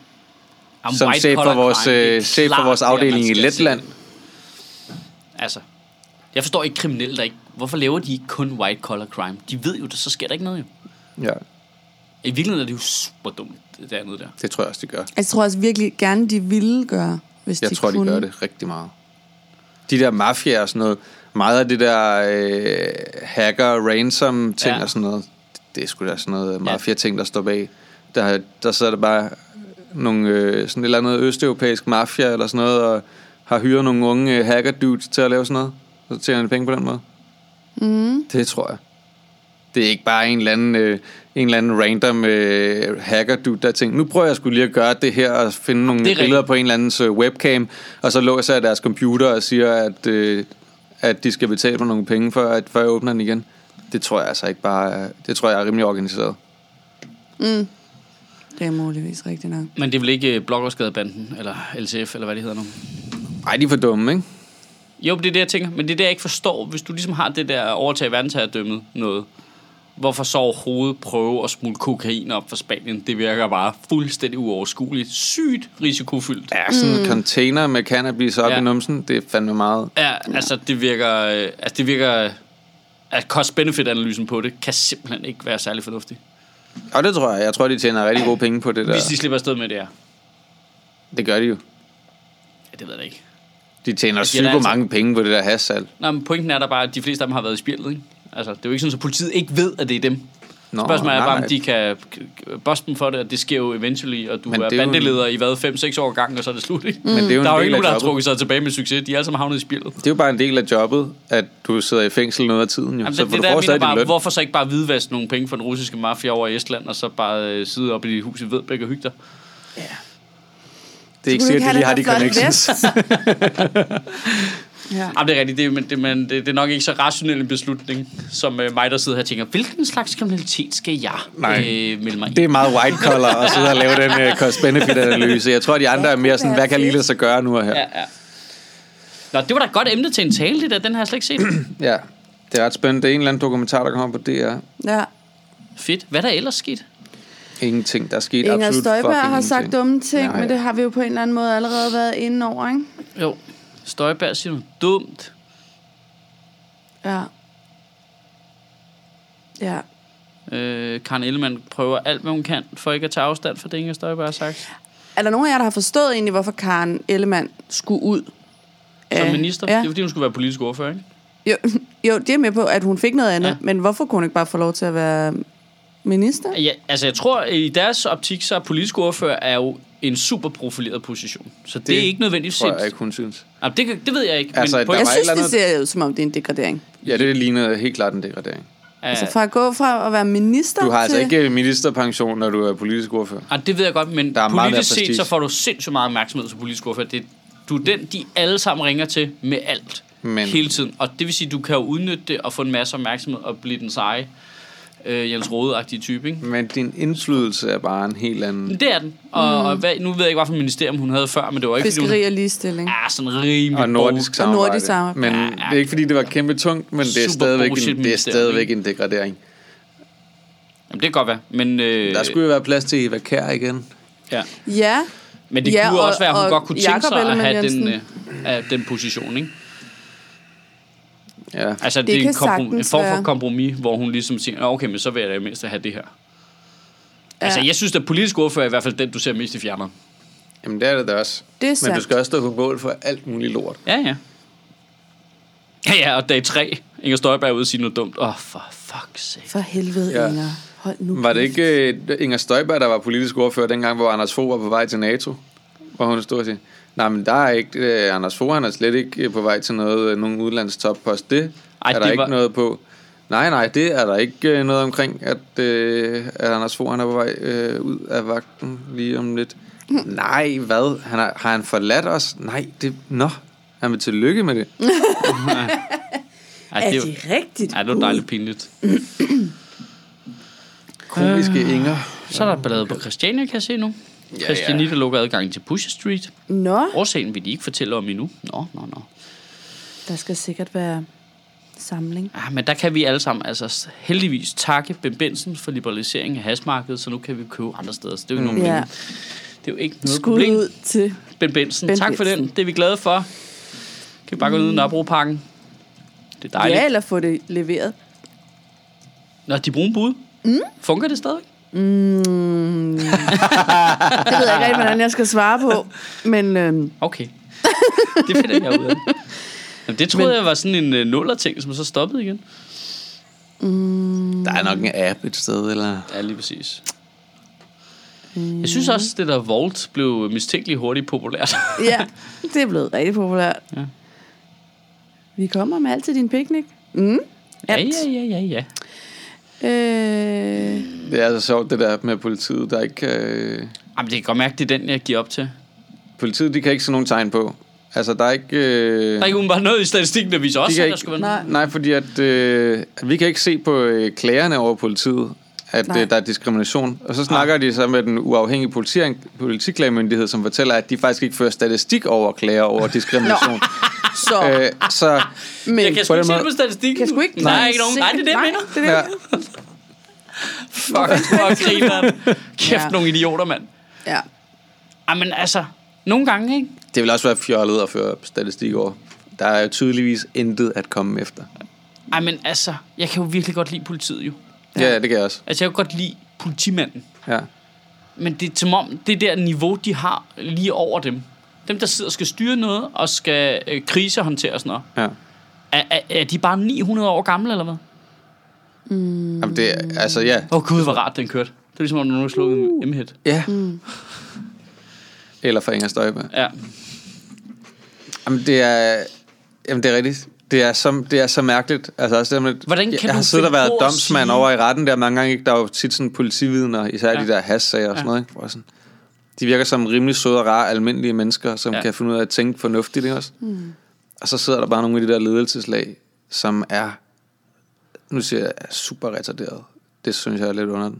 Speaker 2: som
Speaker 1: white
Speaker 2: chef for
Speaker 1: collar
Speaker 2: vores,
Speaker 1: crime, det er
Speaker 2: øh, chef for
Speaker 1: klart,
Speaker 2: vores
Speaker 1: at man
Speaker 2: afdeling i
Speaker 1: skal
Speaker 2: Letland.
Speaker 1: se det. Altså, jeg forstår ikke kriminelle, der ikke... Hvorfor laver de ikke kun white collar crime? De ved jo det, så sker der ikke noget jo.
Speaker 2: Ja,
Speaker 1: I virkeligheden er det jo super dumt, det der andet der.
Speaker 2: det tror jeg også, de gør.
Speaker 3: Jeg tror også virkelig gerne, de ville gøre, hvis
Speaker 2: Jeg
Speaker 3: de
Speaker 2: tror,
Speaker 3: kunne.
Speaker 2: de gør det rigtig meget. De der mafiaer og sådan noget, meget af det der øh, hacker, ransom ting
Speaker 1: Ja.
Speaker 2: ja. og sådan noget, det er sgu da sådan noget mafia-ting, der står bag. Der, der sidder der bare nogle, øh, sådan et eller andet østeuropæisk mafia eller sådan noget, og har hyret nogle unge øh, hacker-dudes til at lave sådan noget. Så tjener de penge på den måde. Mm. Det tror jeg. Det er ikke bare en eller anden, øh, en eller anden random øh, hacker dude, der tænkte, nu prøver jeg skulle lige at gøre det her og finde nogle
Speaker 1: Det er
Speaker 2: billeder
Speaker 1: rigtigt.
Speaker 2: på en eller andens øh, webcam, og så låser jeg deres computer og siger, at, øh, at de skal betale mig nogle penge, for at før jeg åbner den igen. Det tror jeg altså ikke bare, er- det tror jeg er rimelig organiseret.
Speaker 3: Det er muligvis rigtigt nok.
Speaker 1: Men det er vel ikke øh, Blågårdsgadebanden, eller LTF, eller hvad det hedder nu?
Speaker 2: Nej, de er for dumme, ikke?
Speaker 1: Jo, det er det, jeg tænker. Men det er det, jeg ikke forstår. Hvis du ligesom har det der overtage verdensherredømmet noget, hvorfor så overhovedet prøve at smule kokain op fra Spanien? Det virker bare fuldstændig uoverskueligt. Sygt risikofyldt.
Speaker 2: Ja, sådan en container med cannabis op
Speaker 1: Mm. Ja.
Speaker 2: ja. i numsen, det er fandme meget.
Speaker 1: Ja, altså det virker... øh, Altså det virker... øh, At cost-benefit-analysen på det kan simpelthen ikke være særlig fornuftig.
Speaker 2: Og det tror jeg, jeg tror, de tjener rigtig gode penge på det
Speaker 1: Hvis de
Speaker 2: der.
Speaker 1: slipper afsted med det her.
Speaker 2: Det gør de jo.
Speaker 1: Ja, det ved jeg da ikke.
Speaker 2: De tjener
Speaker 1: siger da
Speaker 2: psyko
Speaker 1: altså-
Speaker 2: mange penge på det der hashsalg.
Speaker 1: Nå, men pointen er der bare, at de fleste af dem har været i spjældet, ikke? Altså, det er jo ikke sådan, at politiet ikke ved, at det er dem.
Speaker 2: Nå,
Speaker 1: Spørgsmålet er
Speaker 2: nej,
Speaker 1: bare, om
Speaker 2: nej.
Speaker 1: de kan k- boste dem for det, og det sker jo eventually, og du
Speaker 2: Men
Speaker 1: er
Speaker 2: det er jo-
Speaker 1: bandeleder i hvad, 5-6 år gang, og så er det slut, ikke?
Speaker 2: Men det er jo en
Speaker 1: der er jo
Speaker 2: del
Speaker 1: ikke nogen,
Speaker 2: af
Speaker 1: der har
Speaker 2: jobbet.
Speaker 1: trukket sig tilbage med succes. De er alle sammen havnet i spillet.
Speaker 2: Det er jo bare en del af jobbet, at du sidder i fængsel noget af tiden, jo.
Speaker 1: Jamen,
Speaker 2: så
Speaker 1: det,
Speaker 2: får
Speaker 1: det
Speaker 2: du
Speaker 1: der, jeg
Speaker 2: får
Speaker 1: mener
Speaker 2: stadig din
Speaker 1: bare,
Speaker 2: løn.
Speaker 1: hvorfor så ikke bare hvidvaske nogle penge fra den russiske mafia over i Estland, og så bare øh, sidde op i dit hus i Vedbæk og hygge dig?
Speaker 2: Det er ikke
Speaker 3: Så kunne du
Speaker 2: sikkert, at de lige har
Speaker 3: have
Speaker 2: de
Speaker 3: den der flotte
Speaker 2: connections.
Speaker 3: vest? ja.
Speaker 1: Jamen, det er rigtigt, det, er- men, det, men det, det er nok ikke så rationel en beslutning, som øh, mig, der sidder her og tænker, hvilken slags kriminalitet skal jeg
Speaker 2: Nej.
Speaker 1: øh, melde mig i?
Speaker 2: Det er meget white collar at sidde og lave den uh, cost-benefit-analyse. Jeg tror, de andre er mere sådan, hvad kan lige lade sig gøre nu og her?
Speaker 1: Ja, ja. Nå, det var da et godt emne til en tale, det der. Den har jeg slet ikke set.
Speaker 2: Ja, det er ret spændende. Det er en eller anden dokumentar, der kommer på DR.
Speaker 3: ja.
Speaker 1: Fedt. Hvad er der ellers sket?
Speaker 2: Ingenting, der er sket
Speaker 3: Inger
Speaker 2: absolut
Speaker 3: Støjberg
Speaker 2: fucking
Speaker 3: har sagt
Speaker 2: ingenting.
Speaker 3: dumme ting,
Speaker 2: Nej.
Speaker 3: men det har vi jo på en eller anden måde allerede været inde over, ikke?
Speaker 1: Jo, Støjberg siger noget dumt.
Speaker 3: Ja. Ja.
Speaker 1: Øh, Karen Ellemann prøver alt, hvad hun kan, for ikke at tage afstand fra det, Inger Støjberg har sagt.
Speaker 3: Er der nogen af jer, der har forstået egentlig, hvorfor Karen Ellemann skulle ud?
Speaker 1: Som
Speaker 3: af-
Speaker 1: minister. Ja.
Speaker 3: Ja.
Speaker 1: Det er fordi, hun skulle være politisk ordfører, ikke?
Speaker 3: Jo, Jo, det er med på, at hun fik noget andet.
Speaker 1: Ja.
Speaker 3: Ja. Men hvorfor kunne hun ikke bare få lov til at være minister?
Speaker 1: Ja, altså jeg tror, i deres optik, så er politisk ordfører er jo en super profileret position. Så det, det
Speaker 2: Det
Speaker 1: er ikke nødvendigvis...
Speaker 2: tror jeg
Speaker 1: et-
Speaker 2: ikke, hun synes.
Speaker 1: Jamen, det, kan- det ved jeg ikke.
Speaker 2: Altså,
Speaker 1: men på,
Speaker 2: der
Speaker 3: Jeg
Speaker 2: var et
Speaker 3: synes,
Speaker 2: eller
Speaker 3: det ser ud, som om det er en degradering.
Speaker 2: Ja, det ligner helt klart en degradering.
Speaker 1: ja,
Speaker 3: Altså fra at gå fra at være minister
Speaker 2: Du har altså
Speaker 3: til...
Speaker 2: ikke ministerpension, når du er politisk ordfører.
Speaker 1: ja, det ved jeg godt, men
Speaker 2: Der er meget mere
Speaker 1: politisk set,
Speaker 2: prestige.
Speaker 1: så får du sindssygt meget opmærksomhed som politisk ordfører. Det, du er den, de alle sammen ringer til med alt. Men.
Speaker 2: Men-
Speaker 1: Hele tiden. Og det vil sige, du kan jo udnytte det og få en masse opmærksomhed og blive den seje øh, Jens Rode-agtige type, ikke?
Speaker 2: Men din indflydelse er bare en helt anden.
Speaker 1: Det er den. Og, mm. og hvad, nu ved jeg ikke, hvilket ministerium hun havde før, men det var ikke, fordi
Speaker 3: Fiskeri og
Speaker 1: hun
Speaker 3: ligestilling.
Speaker 1: er sådan rimelig
Speaker 2: Og nordisk
Speaker 3: Og
Speaker 2: samarbejde.
Speaker 3: nordisk samarbejde.
Speaker 2: Men
Speaker 1: Ja, ja.
Speaker 2: det er ikke, fordi det var kæmpe tungt, men det er,
Speaker 1: Super
Speaker 2: stadigvæk
Speaker 1: bullshit
Speaker 2: en, det er
Speaker 1: ministerium,
Speaker 2: stadigvæk en degradering.
Speaker 1: bog. Jamen, det kan godt være. Men, øh,
Speaker 2: Der skulle jo være plads til Eva Kær igen.
Speaker 1: ja.
Speaker 3: Ja,
Speaker 1: men det
Speaker 3: Ja,
Speaker 1: ja, kunne
Speaker 3: og-
Speaker 1: også være, at hun
Speaker 3: og
Speaker 1: godt kunne tænke
Speaker 3: Jakob
Speaker 1: sig at have
Speaker 3: Ellemann-Jensen.
Speaker 1: den, øh, at den position, ikke?
Speaker 2: Ja.
Speaker 1: Altså, det, er
Speaker 3: kan
Speaker 1: en, komprom- en
Speaker 3: sagtens
Speaker 1: form for
Speaker 3: være.
Speaker 1: kompromis, hvor hun ligesom siger, "Nå, okay, men så vil jeg da i det mindste have det her. Ja. Altså,
Speaker 3: Ja.
Speaker 1: jeg synes, at politisk ordfører er i hvert fald den, du ser mest i fjerneren.
Speaker 2: Jamen, det er det da også.
Speaker 3: Det er
Speaker 2: men du
Speaker 3: sandt.
Speaker 2: skal også stå på mål for alt muligt lort.
Speaker 1: Ja, ja. Ja, ja, og dag tre. Inger Støjberg er ude og sige noget dumt. Åh, oh, for fuck's sake.
Speaker 3: for helvede, ja.
Speaker 2: Ja.
Speaker 3: Inger. Hold nu.
Speaker 2: Var det ikke øh, Inger Støjberg, der var politisk ordfører dengang, hvor Anders Fogh var på vej til NATO? Hvor hun stod og sagde, nej, men der er ikke, øh, Anders Fogh han er slet ikke øh, på vej til noget, øh, nogen udlandstoppost. Det
Speaker 1: Ej,
Speaker 2: Ej, er der
Speaker 1: det
Speaker 2: ikke
Speaker 1: var-
Speaker 2: var... noget på. Nej, nej, det er der ikke øh, noget omkring, at, øh, at Anders Fogh han er på vej øh, ud af vagten lige om lidt. Nej, hvad? Han har, har han forladt os? Nej, det... Nå, han vil tillykke med det.
Speaker 1: Ej,
Speaker 3: Er
Speaker 1: det,
Speaker 3: det rigtigt?
Speaker 1: ej, det var dejligt pinligt.
Speaker 2: Komiske
Speaker 1: Ah.
Speaker 2: Inger.
Speaker 1: Så er der ballade på Christiania, kan jeg se nu.
Speaker 2: ja.
Speaker 1: Christianita lukker adgangen til Pusher Street.
Speaker 3: Nå,
Speaker 1: Årsagen vil de ikke fortælle om endnu. Nå, nå, nå.
Speaker 3: der skal sikkert være samling.
Speaker 1: Ah, men der kan vi alle sammen altså heldigvis takke Ben Benson for liberaliseringen af hasmarkedet, så nu kan vi købe andre steder. Så det er jo ikke mm.
Speaker 3: Ja.
Speaker 1: nogen ja. Det er jo ikke noget
Speaker 3: Skud
Speaker 1: problem.
Speaker 3: ud til...
Speaker 1: Ben Benson, ben
Speaker 3: Ben
Speaker 1: tak for den.
Speaker 3: Benson.
Speaker 1: Det er vi glade for. Kan vi bare gå ned i Nørrebroparken. Det er dejligt.
Speaker 3: Ja,
Speaker 1: Ja.
Speaker 3: eller få det leveret.
Speaker 1: Nå, de brune bud. Mm. Fungerer det stadig?
Speaker 3: Det ved jeg ikke rigtig, hvordan jeg skal svare på. Men øhm,
Speaker 1: Okay. det finder jeg ud af. Jamen, det troede men... jeg var sådan en uh, nuller-ting, som så stoppede igen.
Speaker 2: Der er nok en app et sted, eller...
Speaker 1: Ja, lige præcis. Jeg synes også, det der Volt blev mistænkeligt hurtigt populært.
Speaker 3: ja, det er blevet rigtig populært.
Speaker 1: Ja.
Speaker 3: Ja. Vi kommer med alt til din picnic. Mm.
Speaker 1: ja,
Speaker 3: Apt.
Speaker 1: ja, ja, ja, ja.
Speaker 3: Øh,
Speaker 2: Det er altså sjovt, det der med politiet, der ikke kan... øh,
Speaker 1: Jamen, det kan godt mærke, det er den, jeg giver op til. Der
Speaker 2: Politiet, de kan ikke se nogen tegn på. Altså, der er ikke... Øh,
Speaker 1: er ikke umiddelbart noget i statistikken, der viser også,
Speaker 2: kan
Speaker 1: at der
Speaker 2: ikke-
Speaker 1: skulle være
Speaker 3: nej.
Speaker 2: Nej, fordi at, øh, at vi kan ikke se på øh, klagerne over politiet, at
Speaker 3: Nej.
Speaker 2: øh, der er diskrimination. Og så snakker de så med den uafhængige politi- politiklagemyndighed, som fortæller, at de faktisk ikke fører statistik over klager over diskrimination.
Speaker 3: så,
Speaker 2: øh, så
Speaker 3: men,
Speaker 1: Jeg kan
Speaker 2: på
Speaker 1: sgu ikke
Speaker 2: den
Speaker 1: se det
Speaker 2: måde-
Speaker 1: på statistikken.
Speaker 3: kan sgu ikke...
Speaker 1: Nej, ikke nogen. Nej, det er det, jeg
Speaker 3: Nej,
Speaker 1: mener.
Speaker 3: det, er det,
Speaker 2: ja,
Speaker 3: jeg
Speaker 1: Fuck, fuck, grineren. Kæft, ja.
Speaker 3: Ja.
Speaker 1: nogle idioter, mand.
Speaker 3: mener. Ja.
Speaker 1: Jamen, altså, nogle gange, ikke?
Speaker 2: det vil også være fjollet at føre statistik over. Der er jo tydeligvis intet at komme efter.
Speaker 1: Ej, men altså, jeg kan jo virkelig godt lide politiet, jo.
Speaker 2: Ja, ja det kan jeg også.
Speaker 1: Altså, jeg kan godt lide politimanden.
Speaker 2: Ja.
Speaker 1: Men det er som om, det der niveau, de har lige over dem. Dem, der sidder og skal styre noget, og skal øh, krisehåndtere og sådan noget.
Speaker 2: ja.
Speaker 1: Er, er, er de bare 900 år gamle, eller hvad?
Speaker 2: Jamen, det, er- altså, ja,
Speaker 1: Åh oh, gud, hvor rart den kørte. Det er ligesom, om nogen slukkede en m
Speaker 2: Ja. Mm. Eller for Inger Støjberg.
Speaker 1: Ja.
Speaker 2: Jamen, det er, jamen, det er rigtigt. Det er, så, det er så mærkeligt. Altså, også det med,
Speaker 1: Hvordan kan
Speaker 2: jeg, jeg har
Speaker 1: du
Speaker 2: siddet og
Speaker 1: finde
Speaker 2: været
Speaker 1: på at
Speaker 2: domsmand
Speaker 1: sige-
Speaker 2: over i retten der mange gange. Ikke? Der er jo tit sådan politividner, især
Speaker 1: Ja.
Speaker 2: ja. de der hassager og sådan noget. Ikke? Hvor jeg sådan, de virker som rimelig søde og rare almindelige mennesker, som
Speaker 1: Ja.
Speaker 2: ja. kan finde ud af at tænke fornuftigt. Ikke? Også? Mm. Og så sidder der bare nogle af de der ledelseslag, som er, nu siger jeg, er super retarderet. Det synes jeg er lidt under,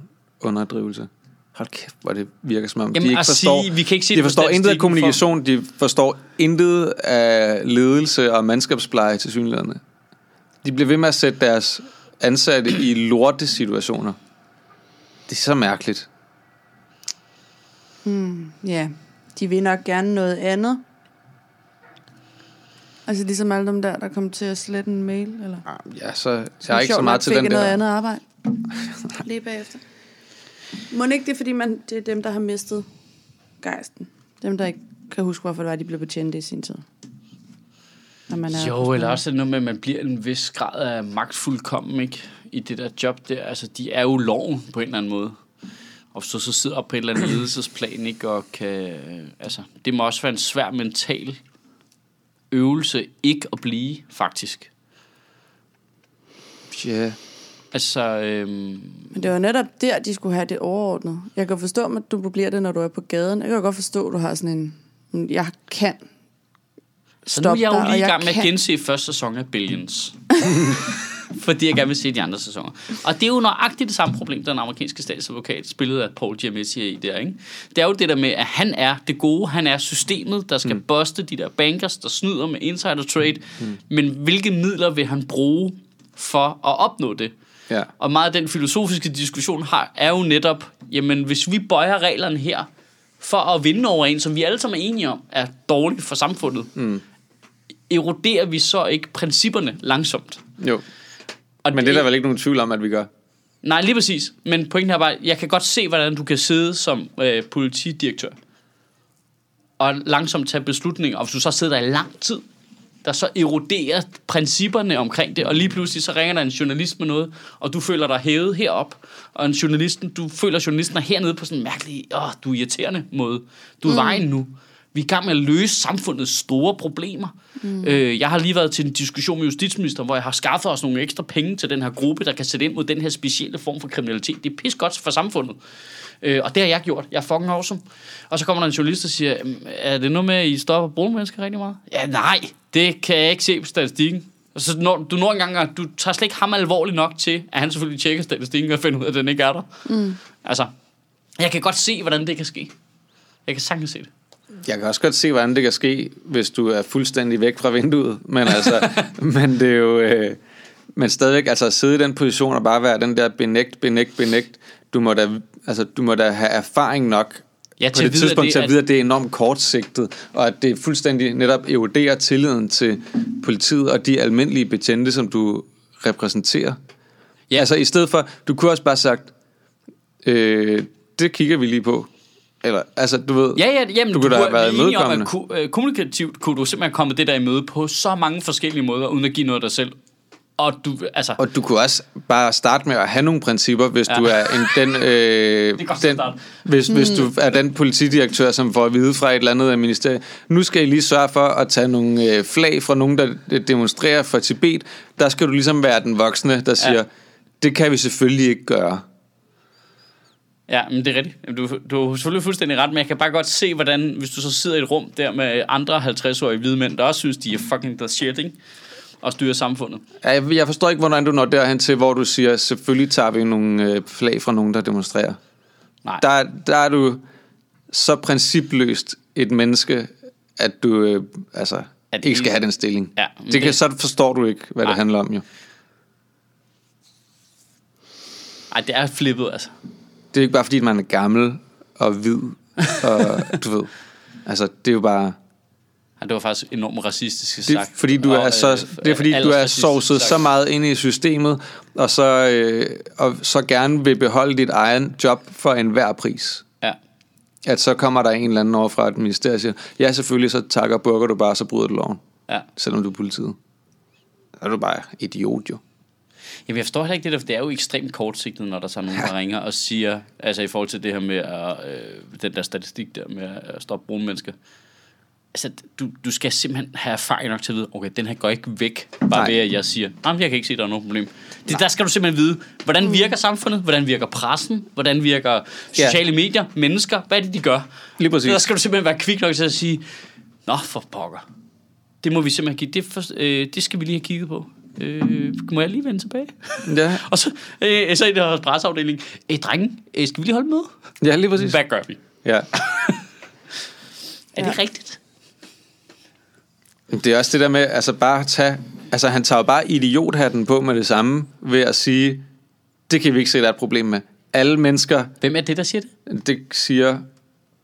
Speaker 2: underdrivelse. Hold kæft, hvor det virker som om,
Speaker 1: Jamen,
Speaker 2: de ikke
Speaker 1: at
Speaker 2: forstår,
Speaker 1: sige, vi kan ikke se
Speaker 2: de
Speaker 1: det på
Speaker 2: forstår intet af
Speaker 1: statistikken for-
Speaker 2: kommunikation, de forstår intet af ledelse og mandskabspleje til synlæderne. De bliver ved med at sætte deres ansatte i lorte situationer. Det er så mærkeligt.
Speaker 3: Ja, de vil nok gerne noget andet. Altså ligesom alle dem der, der kom til at slette en mail, eller?
Speaker 2: Ja, så, jeg er ikke så
Speaker 3: Sjovt
Speaker 2: meget
Speaker 3: nok
Speaker 2: til
Speaker 3: fik
Speaker 2: den
Speaker 3: jeg noget
Speaker 2: der.
Speaker 3: andet arbejde. Lige bagefter. Må ikke det er, fordi man, det er dem, der har mistet gejsten? Dem, der ikke kan huske, hvorfor det var, de blev betjent i sin tid. når man er
Speaker 1: Jo, eller også er det noget med, at man bliver en vis grad af magtfuldkommen, ikke? I det der job der. Altså, de er jo loven på en eller anden måde. Og så, så sidder op på et eller andet ledelsesplan, ikke? Og kan, øh, altså, det må også være en svær mental øvelse ikke at blive, faktisk.
Speaker 2: Yeah.
Speaker 1: Altså, øhm,
Speaker 3: Men det var netop der, de skulle have det overordnet. Jeg kan forstå, at du bliver det, når du er på gaden. Jeg kan godt forstå, at du har sådan en... "Mm, Jeg kan.
Speaker 1: så nu er
Speaker 3: Stop
Speaker 1: jeg
Speaker 3: dig,
Speaker 1: jo
Speaker 3: og
Speaker 1: lige i
Speaker 3: jeg
Speaker 1: gang med at
Speaker 3: kan.
Speaker 1: gense første sæson af Billions. Fordi jeg gerne vil se de andre sæsoner. Og det er jo nøjagtigt det samme problem, den amerikanske statsadvokat spillede af Paul Giamatti er i der, ikke? Det er jo det der med, at han er det gode, han er systemet, der skal mm. buste de der bankers, der snyder med insider trade. Mm. Men hvilke midler vil han bruge for at opnå det?
Speaker 2: Ja.
Speaker 1: Og meget af den filosofiske diskussion har, er jo netop, jamen hvis vi bøjer reglerne her, for at vinde over en, som vi alle sammen er enige om, er dårlig for samfundet, mm. eroderer vi så ikke principperne langsomt?
Speaker 2: Jo.
Speaker 1: Og
Speaker 2: Men det er der vel ikke nogen tvivl om, at vi gør.
Speaker 1: Nej, lige præcis. Men pointen er bare, jeg kan godt se, hvordan du kan sidde som øh, politidirektør og langsomt tage beslutninger. Og hvis du så sidder der i lang tid, der så eroderer principperne omkring det, og lige pludselig så ringer der en journalist med noget, og du føler dig hævet herop, og en journalisten, du føler, at journalisten er hernede på sådan en mærkelig, åh, du er irriterende måde. Du er mm. vejen nu. Vi er i gang med at løse samfundets store problemer. Mm. Øh, jeg har lige været til en diskussion med justitsministeren, hvor jeg har skaffet os nogle ekstra penge til den her gruppe, der kan sætte ind mod den her specielle form for kriminalitet. Det er pis godt for samfundet. Øh, og det har jeg gjort. Jeg er fucking awesome. Og så kommer der en journalist og siger, "Øhm, er det noget med, at I stopper at bruge mennesker rigtig meget? Ja, nej, det kan jeg ikke se på statistikken. Og så når, du når engang, at du tager slet ikke ham alvorligt nok til, at han selvfølgelig tjekker statistikken og finder ud af, at den ikke er der. Mm. Altså, jeg kan godt se, hvordan det kan ske. Jeg kan sagtens se det.
Speaker 2: Jeg kan også godt se, hvordan det kan ske, hvis du er fuldstændig væk fra vinduet. Men altså, men det er jo... Øh, men stadigvæk, altså at sidde i den position og bare være den der benægt, benægt, benægt. Du må da, altså, du må da have erfaring nok
Speaker 1: Ja,
Speaker 2: på
Speaker 1: til at
Speaker 2: det
Speaker 1: vide, at
Speaker 2: tidspunkt
Speaker 1: det
Speaker 2: til
Speaker 1: er-
Speaker 2: at vide, at det er enormt kortsigtet, og at det fuldstændig netop eroderer tilliden til politiet og de almindelige betjente, som du repræsenterer.
Speaker 1: Ja.
Speaker 2: Ja. Altså i stedet for, du kunne også bare sagt, øh, det kigger vi lige på. Eller, altså du ved,
Speaker 1: Ja, ja, jamen,
Speaker 2: du kunne da have været
Speaker 1: vi er enige om,
Speaker 2: imødekommende.
Speaker 1: at ku- øh, kommunikativt kunne du simpelthen komme det der i møde på så mange forskellige måder, uden at give noget af dig selv. Og du, altså,
Speaker 2: Og du kunne også bare starte med at have nogle principper, hvis ja. du er en, den, øh,
Speaker 1: er godt
Speaker 2: den
Speaker 1: start.
Speaker 2: hvis, hvis du er den politidirektør, som får at vide fra et eller andet af ministeriet, nu skal I lige sørge for at tage nogle øh, flag fra nogen, der øh, demonstrerer for Tibet. Der skal du ligesom være den voksne, der siger, det kan vi selvfølgelig ikke gøre.
Speaker 1: Ja, men det er rigtigt. Jamen, Du, du har selvfølgelig fuldstændig ret, men jeg kan bare godt se, hvordan, hvis du så sidder i et rum der med andre 50-årige hvide mænd, der også synes, de er fucking the shit, ikke? Og styrer samfundet.
Speaker 2: Ja, Jeg, jeg forstår ikke, hvordan du når derhen til, hvor du siger, selvfølgelig tager vi nogle øh, flag fra nogen, der demonstrerer.
Speaker 1: Nej.
Speaker 2: Der, der er du så principløst et menneske, at du øh, altså,
Speaker 1: At
Speaker 2: at ikke
Speaker 1: det-
Speaker 2: skal have den stilling.
Speaker 1: Ja, men
Speaker 2: det kan,
Speaker 1: det-
Speaker 2: Så forstår du ikke, hvad Nej.
Speaker 1: Nej.
Speaker 2: det handler om jo.
Speaker 1: Ej, det er flippet, altså.
Speaker 2: Det er ikke bare fordi, man er gammel og hvid, og du ved. Altså, det er jo bare...
Speaker 1: Ej, det var faktisk enormt racistisk
Speaker 2: Det er,
Speaker 1: sagt.
Speaker 2: fordi du
Speaker 1: Og,
Speaker 2: er så,
Speaker 1: øh,
Speaker 2: det er fordi du er
Speaker 1: aldersracistisk
Speaker 2: sovset så
Speaker 1: sagt.
Speaker 2: meget ind i systemet, og så, øh, og så gerne vil beholde dit egen job for enhver pris.
Speaker 1: Ja.
Speaker 2: At så kommer der en eller anden over fra et ministerium og siger, ja selvfølgelig, så takker og burger du bare, så bryder du loven.
Speaker 1: Ja.
Speaker 2: selvom du er politiet. Så er du bare idiot jo.
Speaker 1: Jamen, jeg forstår heller ikke det der, for det er jo ekstremt kortsigtet, når der så er nogen, der ringer og siger, altså i forhold til det her med at, øh, den der statistik der med at stoppe brune mennesker. Altså, du, du skal simpelthen have erfaring nok til at vide, okay, den her går ikke væk, bare Nej.
Speaker 2: Nej.
Speaker 1: ved at jeg siger, nej, men jeg kan ikke se, at der er noget problem. Det, der skal du simpelthen vide, hvordan virker samfundet, hvordan virker pressen, hvordan virker
Speaker 2: Mm. Ja.
Speaker 1: sociale medier, mennesker, hvad er det, de gør?
Speaker 2: Lige præcis.
Speaker 1: Der skal du simpelthen være kvik nok til at sige, nå for pokker, det må vi simpelthen give, det, for, øh, det skal vi lige have kigget på. Øh, må jeg lige vende tilbage?
Speaker 2: Ja,
Speaker 1: Og så, øh, så i deres presseafdeling, øh, drenge, øh, skal vi lige holde med?
Speaker 2: ja lige præcis.
Speaker 1: Hvad gør vi?
Speaker 2: Ja.
Speaker 1: Er
Speaker 3: Ja.
Speaker 1: det rigtigt?
Speaker 2: Det er også det der med, altså bare tage, altså han tager jo bare idiothatten på med det samme, ved at sige, det kan vi ikke se, der er et problem med. Alle mennesker,
Speaker 1: Hvem er det, der siger det?
Speaker 2: det siger,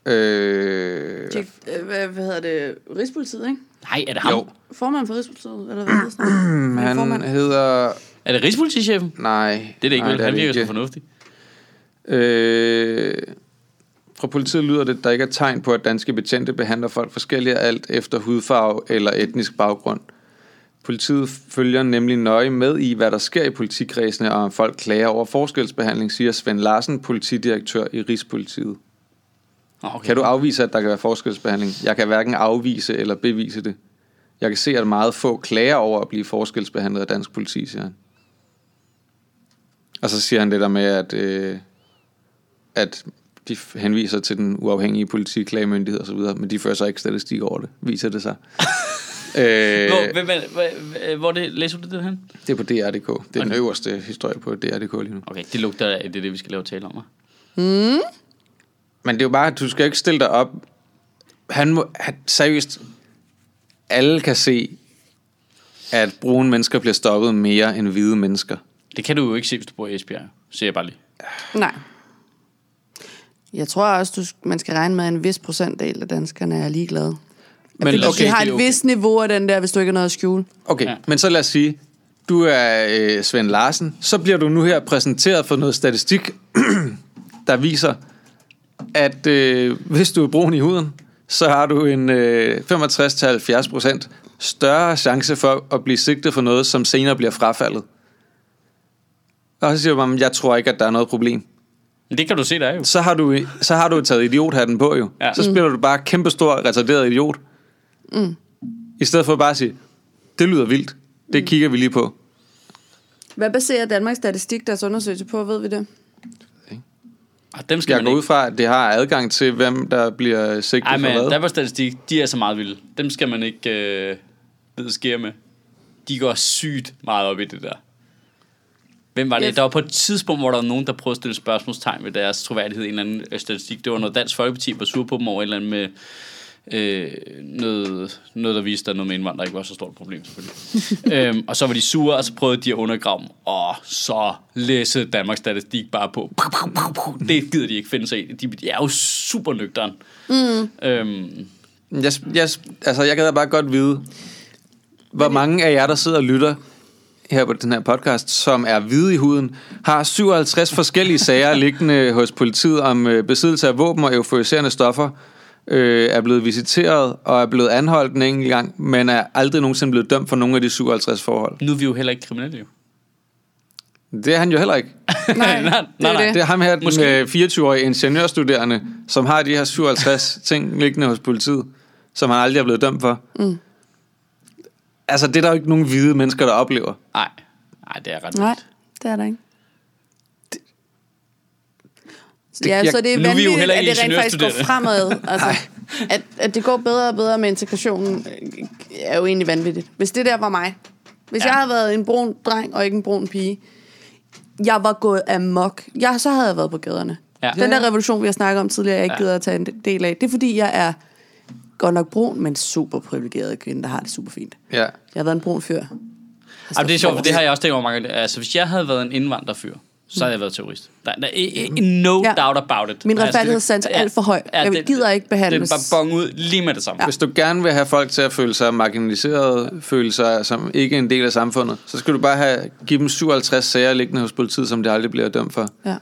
Speaker 2: øh,
Speaker 3: De, øh, hvad hvad hedder det? Rigspolitiet, ikke?
Speaker 1: Nej, er det ham?
Speaker 2: Jo.
Speaker 3: Formand for Rigspolitiet, eller hvad hedder sådan
Speaker 1: Mm,
Speaker 3: noget? Han er
Speaker 2: han
Speaker 3: formand.
Speaker 2: hedder,
Speaker 1: Er det Rigspolitichefen?
Speaker 2: nej.
Speaker 1: Det er det ikke,
Speaker 2: nej,
Speaker 1: vel? Han
Speaker 2: det
Speaker 1: virker så
Speaker 2: ikke.
Speaker 1: fornuftig.
Speaker 2: Øh, fra politiet lyder det, at der ikke er tegn på, at danske betjente behandler folk forskelligt alt efter hudfarve eller etnisk baggrund. Politiet følger nemlig nøje med i, hvad der sker i politikredsene, og om folk klager over forskelsbehandling, siger Svend Larsen, politidirektør i Rigspolitiet.
Speaker 1: Nå, okay.
Speaker 2: Kan du afvise, at der kan være forskelsbehandling? Jeg kan hverken afvise eller bevise det. Jeg kan se, at meget få klager over at blive forskelsbehandlet af dansk politi, siger han. Og så siger han det der med, at, øh, at de f- henviser til den uafhængige politiklagemyndighed og så videre, men de fører så ikke statistik over det, viser det sig. øh,
Speaker 1: Hvor, hvem, er- hvor, hvor det, læser du det hen?
Speaker 2: det er på DR.dk. Det er okay. den øverste historie på DR.dk lige nu.
Speaker 1: Okay, det lugter af, det er det, vi skal lave tale om. hva'?
Speaker 2: Men det er jo bare, at du skal jo ikke stille dig op. Han må, han, seriøst, alle kan se, at brune mennesker bliver stoppet mere end hvide mennesker.
Speaker 1: Det kan du jo ikke se, hvis du bor i Esbjerg, siger jeg bare lige.
Speaker 3: Nej. Jeg tror også, du, sk- man skal regne med, at en vis procentdel af danskerne er ligeglade. Men
Speaker 2: Men,
Speaker 3: Fordi okay,
Speaker 2: okay,
Speaker 3: de har
Speaker 1: det
Speaker 3: et
Speaker 1: er
Speaker 3: okay.
Speaker 1: okay.
Speaker 3: vist niveau af den der, hvis du ikke har noget at skjule.
Speaker 2: okay,
Speaker 1: Ja.
Speaker 2: men så lad os sige, du er øh, Svend Larsen, så bliver du nu her præsenteret for noget statistik, der viser, at øh, hvis du er brun i huden, så har du en øh, 65-70% større chance for at blive sigtet for noget, som senere bliver frafaldet. Og så siger man, jeg tror ikke, at der er noget problem.
Speaker 1: Men det kan du se, der er jo.
Speaker 2: Så har du, så har du taget idiothatten på jo. Ja.
Speaker 1: Ja.
Speaker 2: Så spiller du bare kæmpestor, retarderet idiot. Mm. I stedet for bare at sige, det lyder vildt. Det kigger vi lige på.
Speaker 3: Hvad baserer Danmarks Statistik deres undersøgelse på, ved vi det?
Speaker 1: Og dem skal
Speaker 2: Jeg
Speaker 1: man
Speaker 2: går ud
Speaker 1: ikke.
Speaker 2: fra, at det har adgang til, hvem der bliver sigtet
Speaker 1: Ej,
Speaker 2: for
Speaker 1: men
Speaker 2: hvad.
Speaker 1: der var statistik, de er så meget vilde. Dem skal man ikke øh, vide sker med. De går sygt meget op i det der. Hvem var
Speaker 3: Ja.
Speaker 1: det? Der var på et tidspunkt, hvor der var nogen, der prøvede at stille spørgsmålstegn ved deres troværdighed i en eller anden øh, statistik. Det var noget Dansk Folkeparti var sur på dem over et eller andet med øh, noget, noget, der viste, at noget med indvandrere ikke var så stort et problem, selvfølgelig. øhm, og så var de sure, og så prøvede de at undergrave dem. Og så læste Danmarks Statistik bare på. Det gider de ikke finde sig i. De, de er jo super nøgteren. Mm. Øhm,
Speaker 2: Jeg, jeg, altså, jeg gad bare godt vide, hvor mange af jer, der sidder og lytter her på den her podcast, som er hvide i huden, har 57 forskellige sager liggende hos politiet om øh, besiddelse af våben og euforiserende stoffer, øh, er blevet visiteret og er blevet anholdt en enkelt gang, men er aldrig nogensinde blevet dømt for nogle af de 57 forhold.
Speaker 1: nu er vi jo heller ikke kriminelle, jo.
Speaker 2: Det er han jo heller ikke.
Speaker 1: Nej, nej,
Speaker 3: er
Speaker 1: nej.
Speaker 2: Det er ham her, den
Speaker 1: Måske.
Speaker 2: øh, 24-årige ingeniørstuderende, som har de her 57 ting liggende hos politiet, som han aldrig er blevet dømt for. Mm. Altså, det er der jo ikke nogen hvide mennesker, der oplever.
Speaker 1: Nej, nej, det er ret
Speaker 3: Nej,
Speaker 1: vildt.
Speaker 3: det er der ikke. Det,
Speaker 2: Det-
Speaker 3: ja,
Speaker 2: jeg-
Speaker 3: så det er
Speaker 1: nu er vi jo
Speaker 3: vanvittigt,
Speaker 1: heller
Speaker 3: at
Speaker 1: ikke
Speaker 3: det rent faktisk går
Speaker 1: ingeniørstuderende.
Speaker 3: fremad. Altså, at, at det går bedre og bedre med integrationen, øh, er jo egentlig vanvittigt. Hvis det der var mig. Hvis ja.
Speaker 1: Ja.
Speaker 3: jeg havde været en brun dreng og ikke en brun pige. Jeg var gået amok. Jeg, så havde jeg været på gaderne. Ja.
Speaker 1: Ja.
Speaker 3: Den der revolution, vi har snakket om tidligere, jeg ikke
Speaker 1: Ja.
Speaker 3: gider at tage en del af. Det er fordi, jeg er godt nok brun, men super privilegeret kvinde, der har det super fint.
Speaker 2: Ja.
Speaker 3: Jeg har været en brun fyr.
Speaker 1: Jamen, det er sjovt, for det har jeg også tænkt over mange gange. Altså, hvis jeg havde været en indvandrerfyr, så havde jeg været terrorist. Der, der, i- i- no
Speaker 3: Ja.
Speaker 1: ja. doubt about it.
Speaker 3: Min
Speaker 1: Altså,
Speaker 3: retfærdighedssans er alt for høj. Jeg gider ikke behandles.
Speaker 1: Den bare bong ud lige med det samme.
Speaker 2: Hvis du gerne vil have folk til at føle sig marginaliseret, føle sig som ikke en del af samfundet, så skal du bare have, give dem 57 sager liggende hos politiet, som de aldrig bliver dømt for.
Speaker 3: Ja.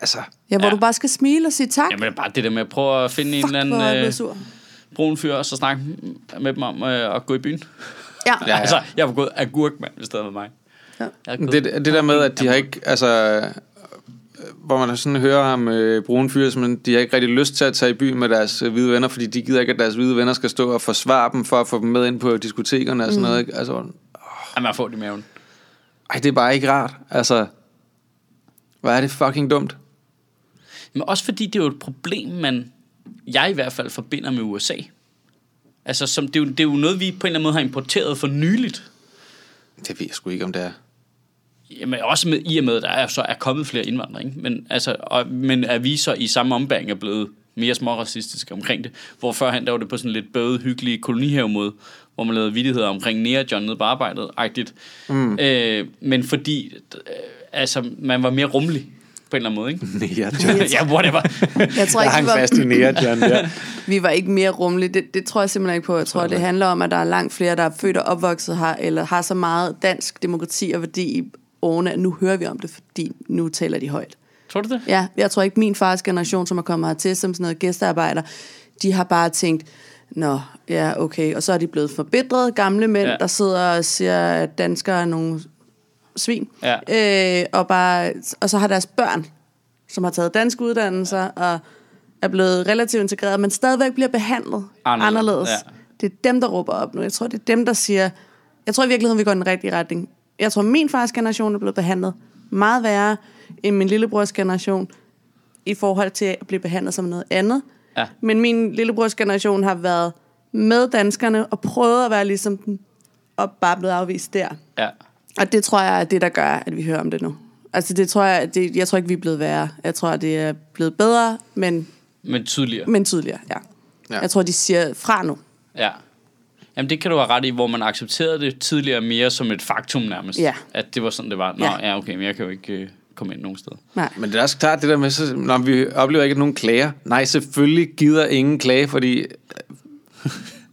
Speaker 2: Altså,
Speaker 3: Ja, hvor ja.
Speaker 1: Ja.
Speaker 3: du bare skal smile og sige tak.
Speaker 1: Jamen, det er bare det der med at prøve at finde
Speaker 3: Fuck,
Speaker 1: en eller
Speaker 3: hvor er jeg
Speaker 1: anden
Speaker 3: blevet
Speaker 1: øh,
Speaker 3: sur.
Speaker 1: brun fyr, og så snakke med dem om øh, at gå i byen.
Speaker 3: Ja.
Speaker 1: Ja,
Speaker 3: ja.
Speaker 1: ja. Altså, jeg var gået agurk, mand, hvis det havde været mig.
Speaker 3: Ja.
Speaker 1: Jeg er gået-
Speaker 2: det, det der med, at de har ikke, altså, øh, hvor man sådan hører ham øh, brune fyre, som de har ikke rigtig lyst til at tage i byen med deres øh, hvide venner, fordi de gider ikke, at deres hvide venner skal stå og forsvare dem for at få dem med ind på diskotekerne og sådan mm. noget. Ikke? Altså,
Speaker 1: Ej, man får det i maven.
Speaker 2: ej, det er bare ikke rart. Altså, hvor er det fucking dumt.
Speaker 1: Men også fordi det er jo et problem, man, jeg i hvert fald forbinder med USA. Altså, som, det, er jo, det er jo noget, vi på en eller anden måde har importeret for nyligt.
Speaker 2: Det ved jeg sgu ikke, om det er.
Speaker 1: Jamen, også med, i og med, at der er, så er kommet flere indvandrere, ikke? Men, altså, og, men er vi så i samme ombæring er blevet mere småracistiske omkring det, hvor førhen der var det på sådan lidt bøde, hyggelige kolonihavemåde, hvor man lavede vidtigheder omkring nære John nede på arbejdet, agtigt. Mm. Øh, men fordi, øh, altså, man var mere rummelig på en eller anden måde, ikke?
Speaker 2: Nære John.
Speaker 1: ja, whatever.
Speaker 3: Jeg tror ikke, vi var,
Speaker 2: i Nære John der.
Speaker 3: vi var ikke mere rummelige. Det, det tror jeg simpelthen ikke på. Jeg tror, det handler om, at der er langt flere, der er født og opvokset her, eller har så meget dansk demokrati og værdi i årene, at nu hører vi om det, fordi nu taler de højt.
Speaker 1: Tror du det?
Speaker 3: Ja, jeg tror ikke, min fars generation, som er kommet hertil som sådan noget gæstearbejder, de har bare tænkt, Nå, ja, okay. Og så er de blevet forbedrede gamle mænd,
Speaker 1: Ja.
Speaker 3: ja. der sidder og siger, at danskere er nogle svin. Øh, og, bare, og så har deres børn, som har taget danske uddannelser og er blevet relativt integreret, men stadigvæk bliver behandlet
Speaker 1: Anderledes,
Speaker 3: anderledes. anderledes.
Speaker 1: ja.
Speaker 3: Ja. Det er dem, der råber op nu. Jeg tror, det er dem, der siger... Jeg tror i virkeligheden, vi går i den rigtige retning. Jeg tror, min fars generation er blevet behandlet meget værre end min lillebrors generation i forhold til at blive behandlet som noget andet.
Speaker 1: Ja.
Speaker 3: Men min lillebrors generation har været med danskerne og prøvet at være ligesom dem, og bare blevet afvist der.
Speaker 1: Ja.
Speaker 3: Og det tror jeg er det, der gør, at vi hører om det nu. Altså det tror jeg, det, jeg tror ikke, vi er blevet værre. Jeg tror, det er blevet bedre, men,
Speaker 1: Men tydeligere.
Speaker 3: men tydeligere, ja.
Speaker 2: Ja.
Speaker 3: ja. Jeg tror, de siger fra nu.
Speaker 1: Ja. Jamen det kan du have ret i, hvor man accepterede det tidligere mere som et faktum nærmest.
Speaker 3: Ja.
Speaker 1: At det var sådan, det var. Nå, ja,
Speaker 3: Ja.
Speaker 1: ja okay, men jeg kan jo ikke øh, komme ind nogen steder.
Speaker 3: Nej.
Speaker 2: Men det er også klart det der med, så, når vi oplever ikke nogen klager. Nej, selvfølgelig gider ingen klage, fordi...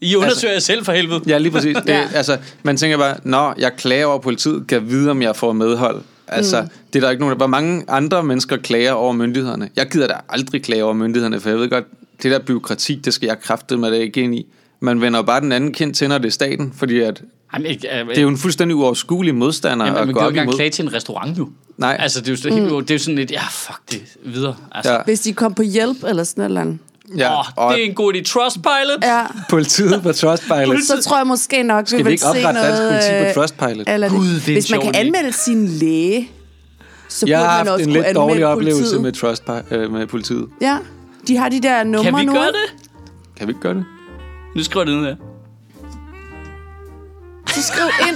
Speaker 1: I undersøger altså, jer selv for helvede.
Speaker 2: Ja, lige præcis. Det,
Speaker 3: Ja.
Speaker 2: altså, man tænker bare, når jeg klager over politiet, kan jeg vide, om jeg får medhold. Altså, mm. det er der ikke nogen, der... Hvor mange andre mennesker klager over myndighederne? Jeg gider da aldrig klage over myndighederne, for jeg ved godt, det der byråkrati, det skal jeg kræfte med det ikke ind i. Man vender jo bare den anden kind til, når det er staten, fordi at
Speaker 1: Jamen, jeg, jeg,
Speaker 2: det er jo en fuldstændig uoverskuelig modstander
Speaker 1: jamen,
Speaker 2: at
Speaker 1: man
Speaker 2: gå
Speaker 1: kan jo
Speaker 2: op
Speaker 1: ikke engang
Speaker 2: imod.
Speaker 1: klage til en restaurant nu.
Speaker 2: Nej.
Speaker 1: Altså det er jo, sådan,
Speaker 3: Mm.
Speaker 1: helt, det er jo sådan lidt, ja fuck det, videre. Altså,
Speaker 2: Ja.
Speaker 1: ja.
Speaker 3: Hvis de kom på hjælp eller sådan et eller andet.
Speaker 2: Ja,
Speaker 1: Åh, det er en god idé. Trustpilot.
Speaker 3: Ja.
Speaker 2: Politiet på Trustpilot.
Speaker 3: Så tror jeg måske nok,
Speaker 2: Skal vi
Speaker 3: vil
Speaker 2: ikke
Speaker 3: se
Speaker 2: oprette dansk
Speaker 3: noget,
Speaker 2: politi på
Speaker 3: øh,
Speaker 2: Trustpilot?
Speaker 3: Eller
Speaker 1: Gud, det er
Speaker 3: det.
Speaker 1: en
Speaker 3: Hvis man
Speaker 1: sjov
Speaker 3: kan
Speaker 1: idé.
Speaker 3: anmelde sin læge, så
Speaker 2: Jeg
Speaker 3: burde man
Speaker 2: har haft
Speaker 3: også
Speaker 2: en
Speaker 3: kunne
Speaker 2: lidt
Speaker 3: anmelde
Speaker 2: dårlig oplevelse
Speaker 3: politiet.
Speaker 2: med, Trust, øh, med politiet.
Speaker 3: Ja, de har de der numre
Speaker 1: Kan vi
Speaker 3: nu.
Speaker 1: gøre
Speaker 3: ikke?
Speaker 1: det?
Speaker 2: Kan vi ikke gøre det?
Speaker 1: Nu skriver jeg det ned her.
Speaker 3: Så skriv ind.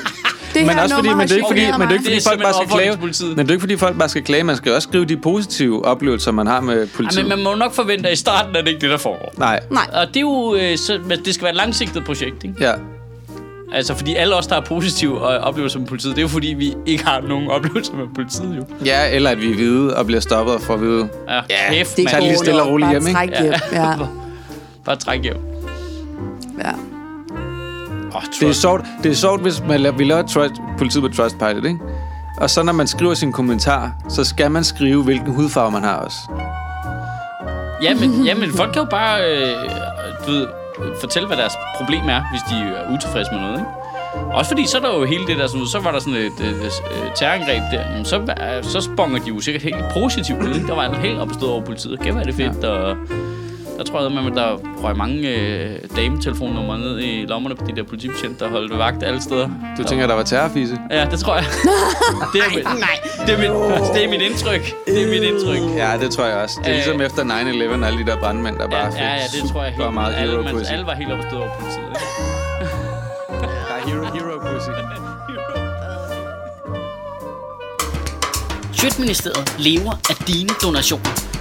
Speaker 3: Det
Speaker 2: Men,
Speaker 3: her
Speaker 2: også fordi,
Speaker 3: nummer
Speaker 2: men det er ikke
Speaker 3: har
Speaker 2: fordi, men
Speaker 3: generet
Speaker 2: det er
Speaker 3: mig.
Speaker 2: ikke fordi
Speaker 1: Det er
Speaker 2: folk bare skal
Speaker 1: simpelthen
Speaker 2: klage.
Speaker 1: opfordring til politiet.
Speaker 2: Men det er ikke fordi folk bare skal klage. Man skal jo også skrive de positive oplevelser, man har med
Speaker 1: Ej,
Speaker 2: politiet.
Speaker 1: men man må nok forvente, at i starten er det ikke det, der foregår.
Speaker 2: Nej.
Speaker 3: Nej,
Speaker 1: Og det er jo, øh, så, men det skal være et langsigtet projekt, ikke?
Speaker 2: Ja.
Speaker 1: Altså, fordi alle os, der har positive øh, oplevelser med politiet, det er jo fordi, vi ikke har nogen oplevelser med politiet, jo.
Speaker 2: ja, eller at vi er hvide og bliver stoppet og får at vide.
Speaker 1: Ja, kæft,
Speaker 3: det
Speaker 1: mand.
Speaker 2: Tag
Speaker 3: går
Speaker 2: lige stille og
Speaker 3: nok.
Speaker 2: roligt
Speaker 3: Bare
Speaker 2: hjem, ikke?
Speaker 3: træk hjem. Ja.
Speaker 1: Bare træk hjem.
Speaker 3: ja.
Speaker 1: Oh,
Speaker 2: Det er sjovt, det er sjovt hvis man laver, vi laver trust, politiet på Trustpilot, ikke? Og så når man skriver sin kommentar, så skal man skrive, hvilken hudfarve man har også.
Speaker 1: ja, men, ja, men folk kan jo bare, øh, du ved, øh, fortælle, hvad deres problem er, hvis de er utilfredse med noget, ikke? Også fordi, så er der jo hele det der, sådan, så var der sådan et øh, øh, terrorangreb der, men så, øh, så sponger de jo sikkert helt positivt ud, ikke? Der var alt helt opstået over politiet. Kæft, hvor er det fedt, ja. og der tror jeg, at der røg mange øh, dametelefonnumre ned i lommerne på de der politibetjente, der holdt vagt alle steder.
Speaker 2: Du tænker, der var terrorfise?
Speaker 1: Ja, det tror jeg. det er mit, nej. Det er, mit, det er mit indtryk. Det er mit indtryk.
Speaker 2: Ja, det tror jeg også. Det er
Speaker 1: Øh.
Speaker 2: ligesom efter 9-11 og alle de der brandmænd, der
Speaker 1: Ja,
Speaker 2: bare
Speaker 1: ja, ja, det tror jeg
Speaker 2: super
Speaker 1: helt.
Speaker 2: meget hero
Speaker 1: alle, man,
Speaker 2: pussy.
Speaker 1: alle var helt opstået over politiet. ikke?
Speaker 2: Der er hero, hero pussy.
Speaker 4: Sjøtministeriet lever af dine donationer.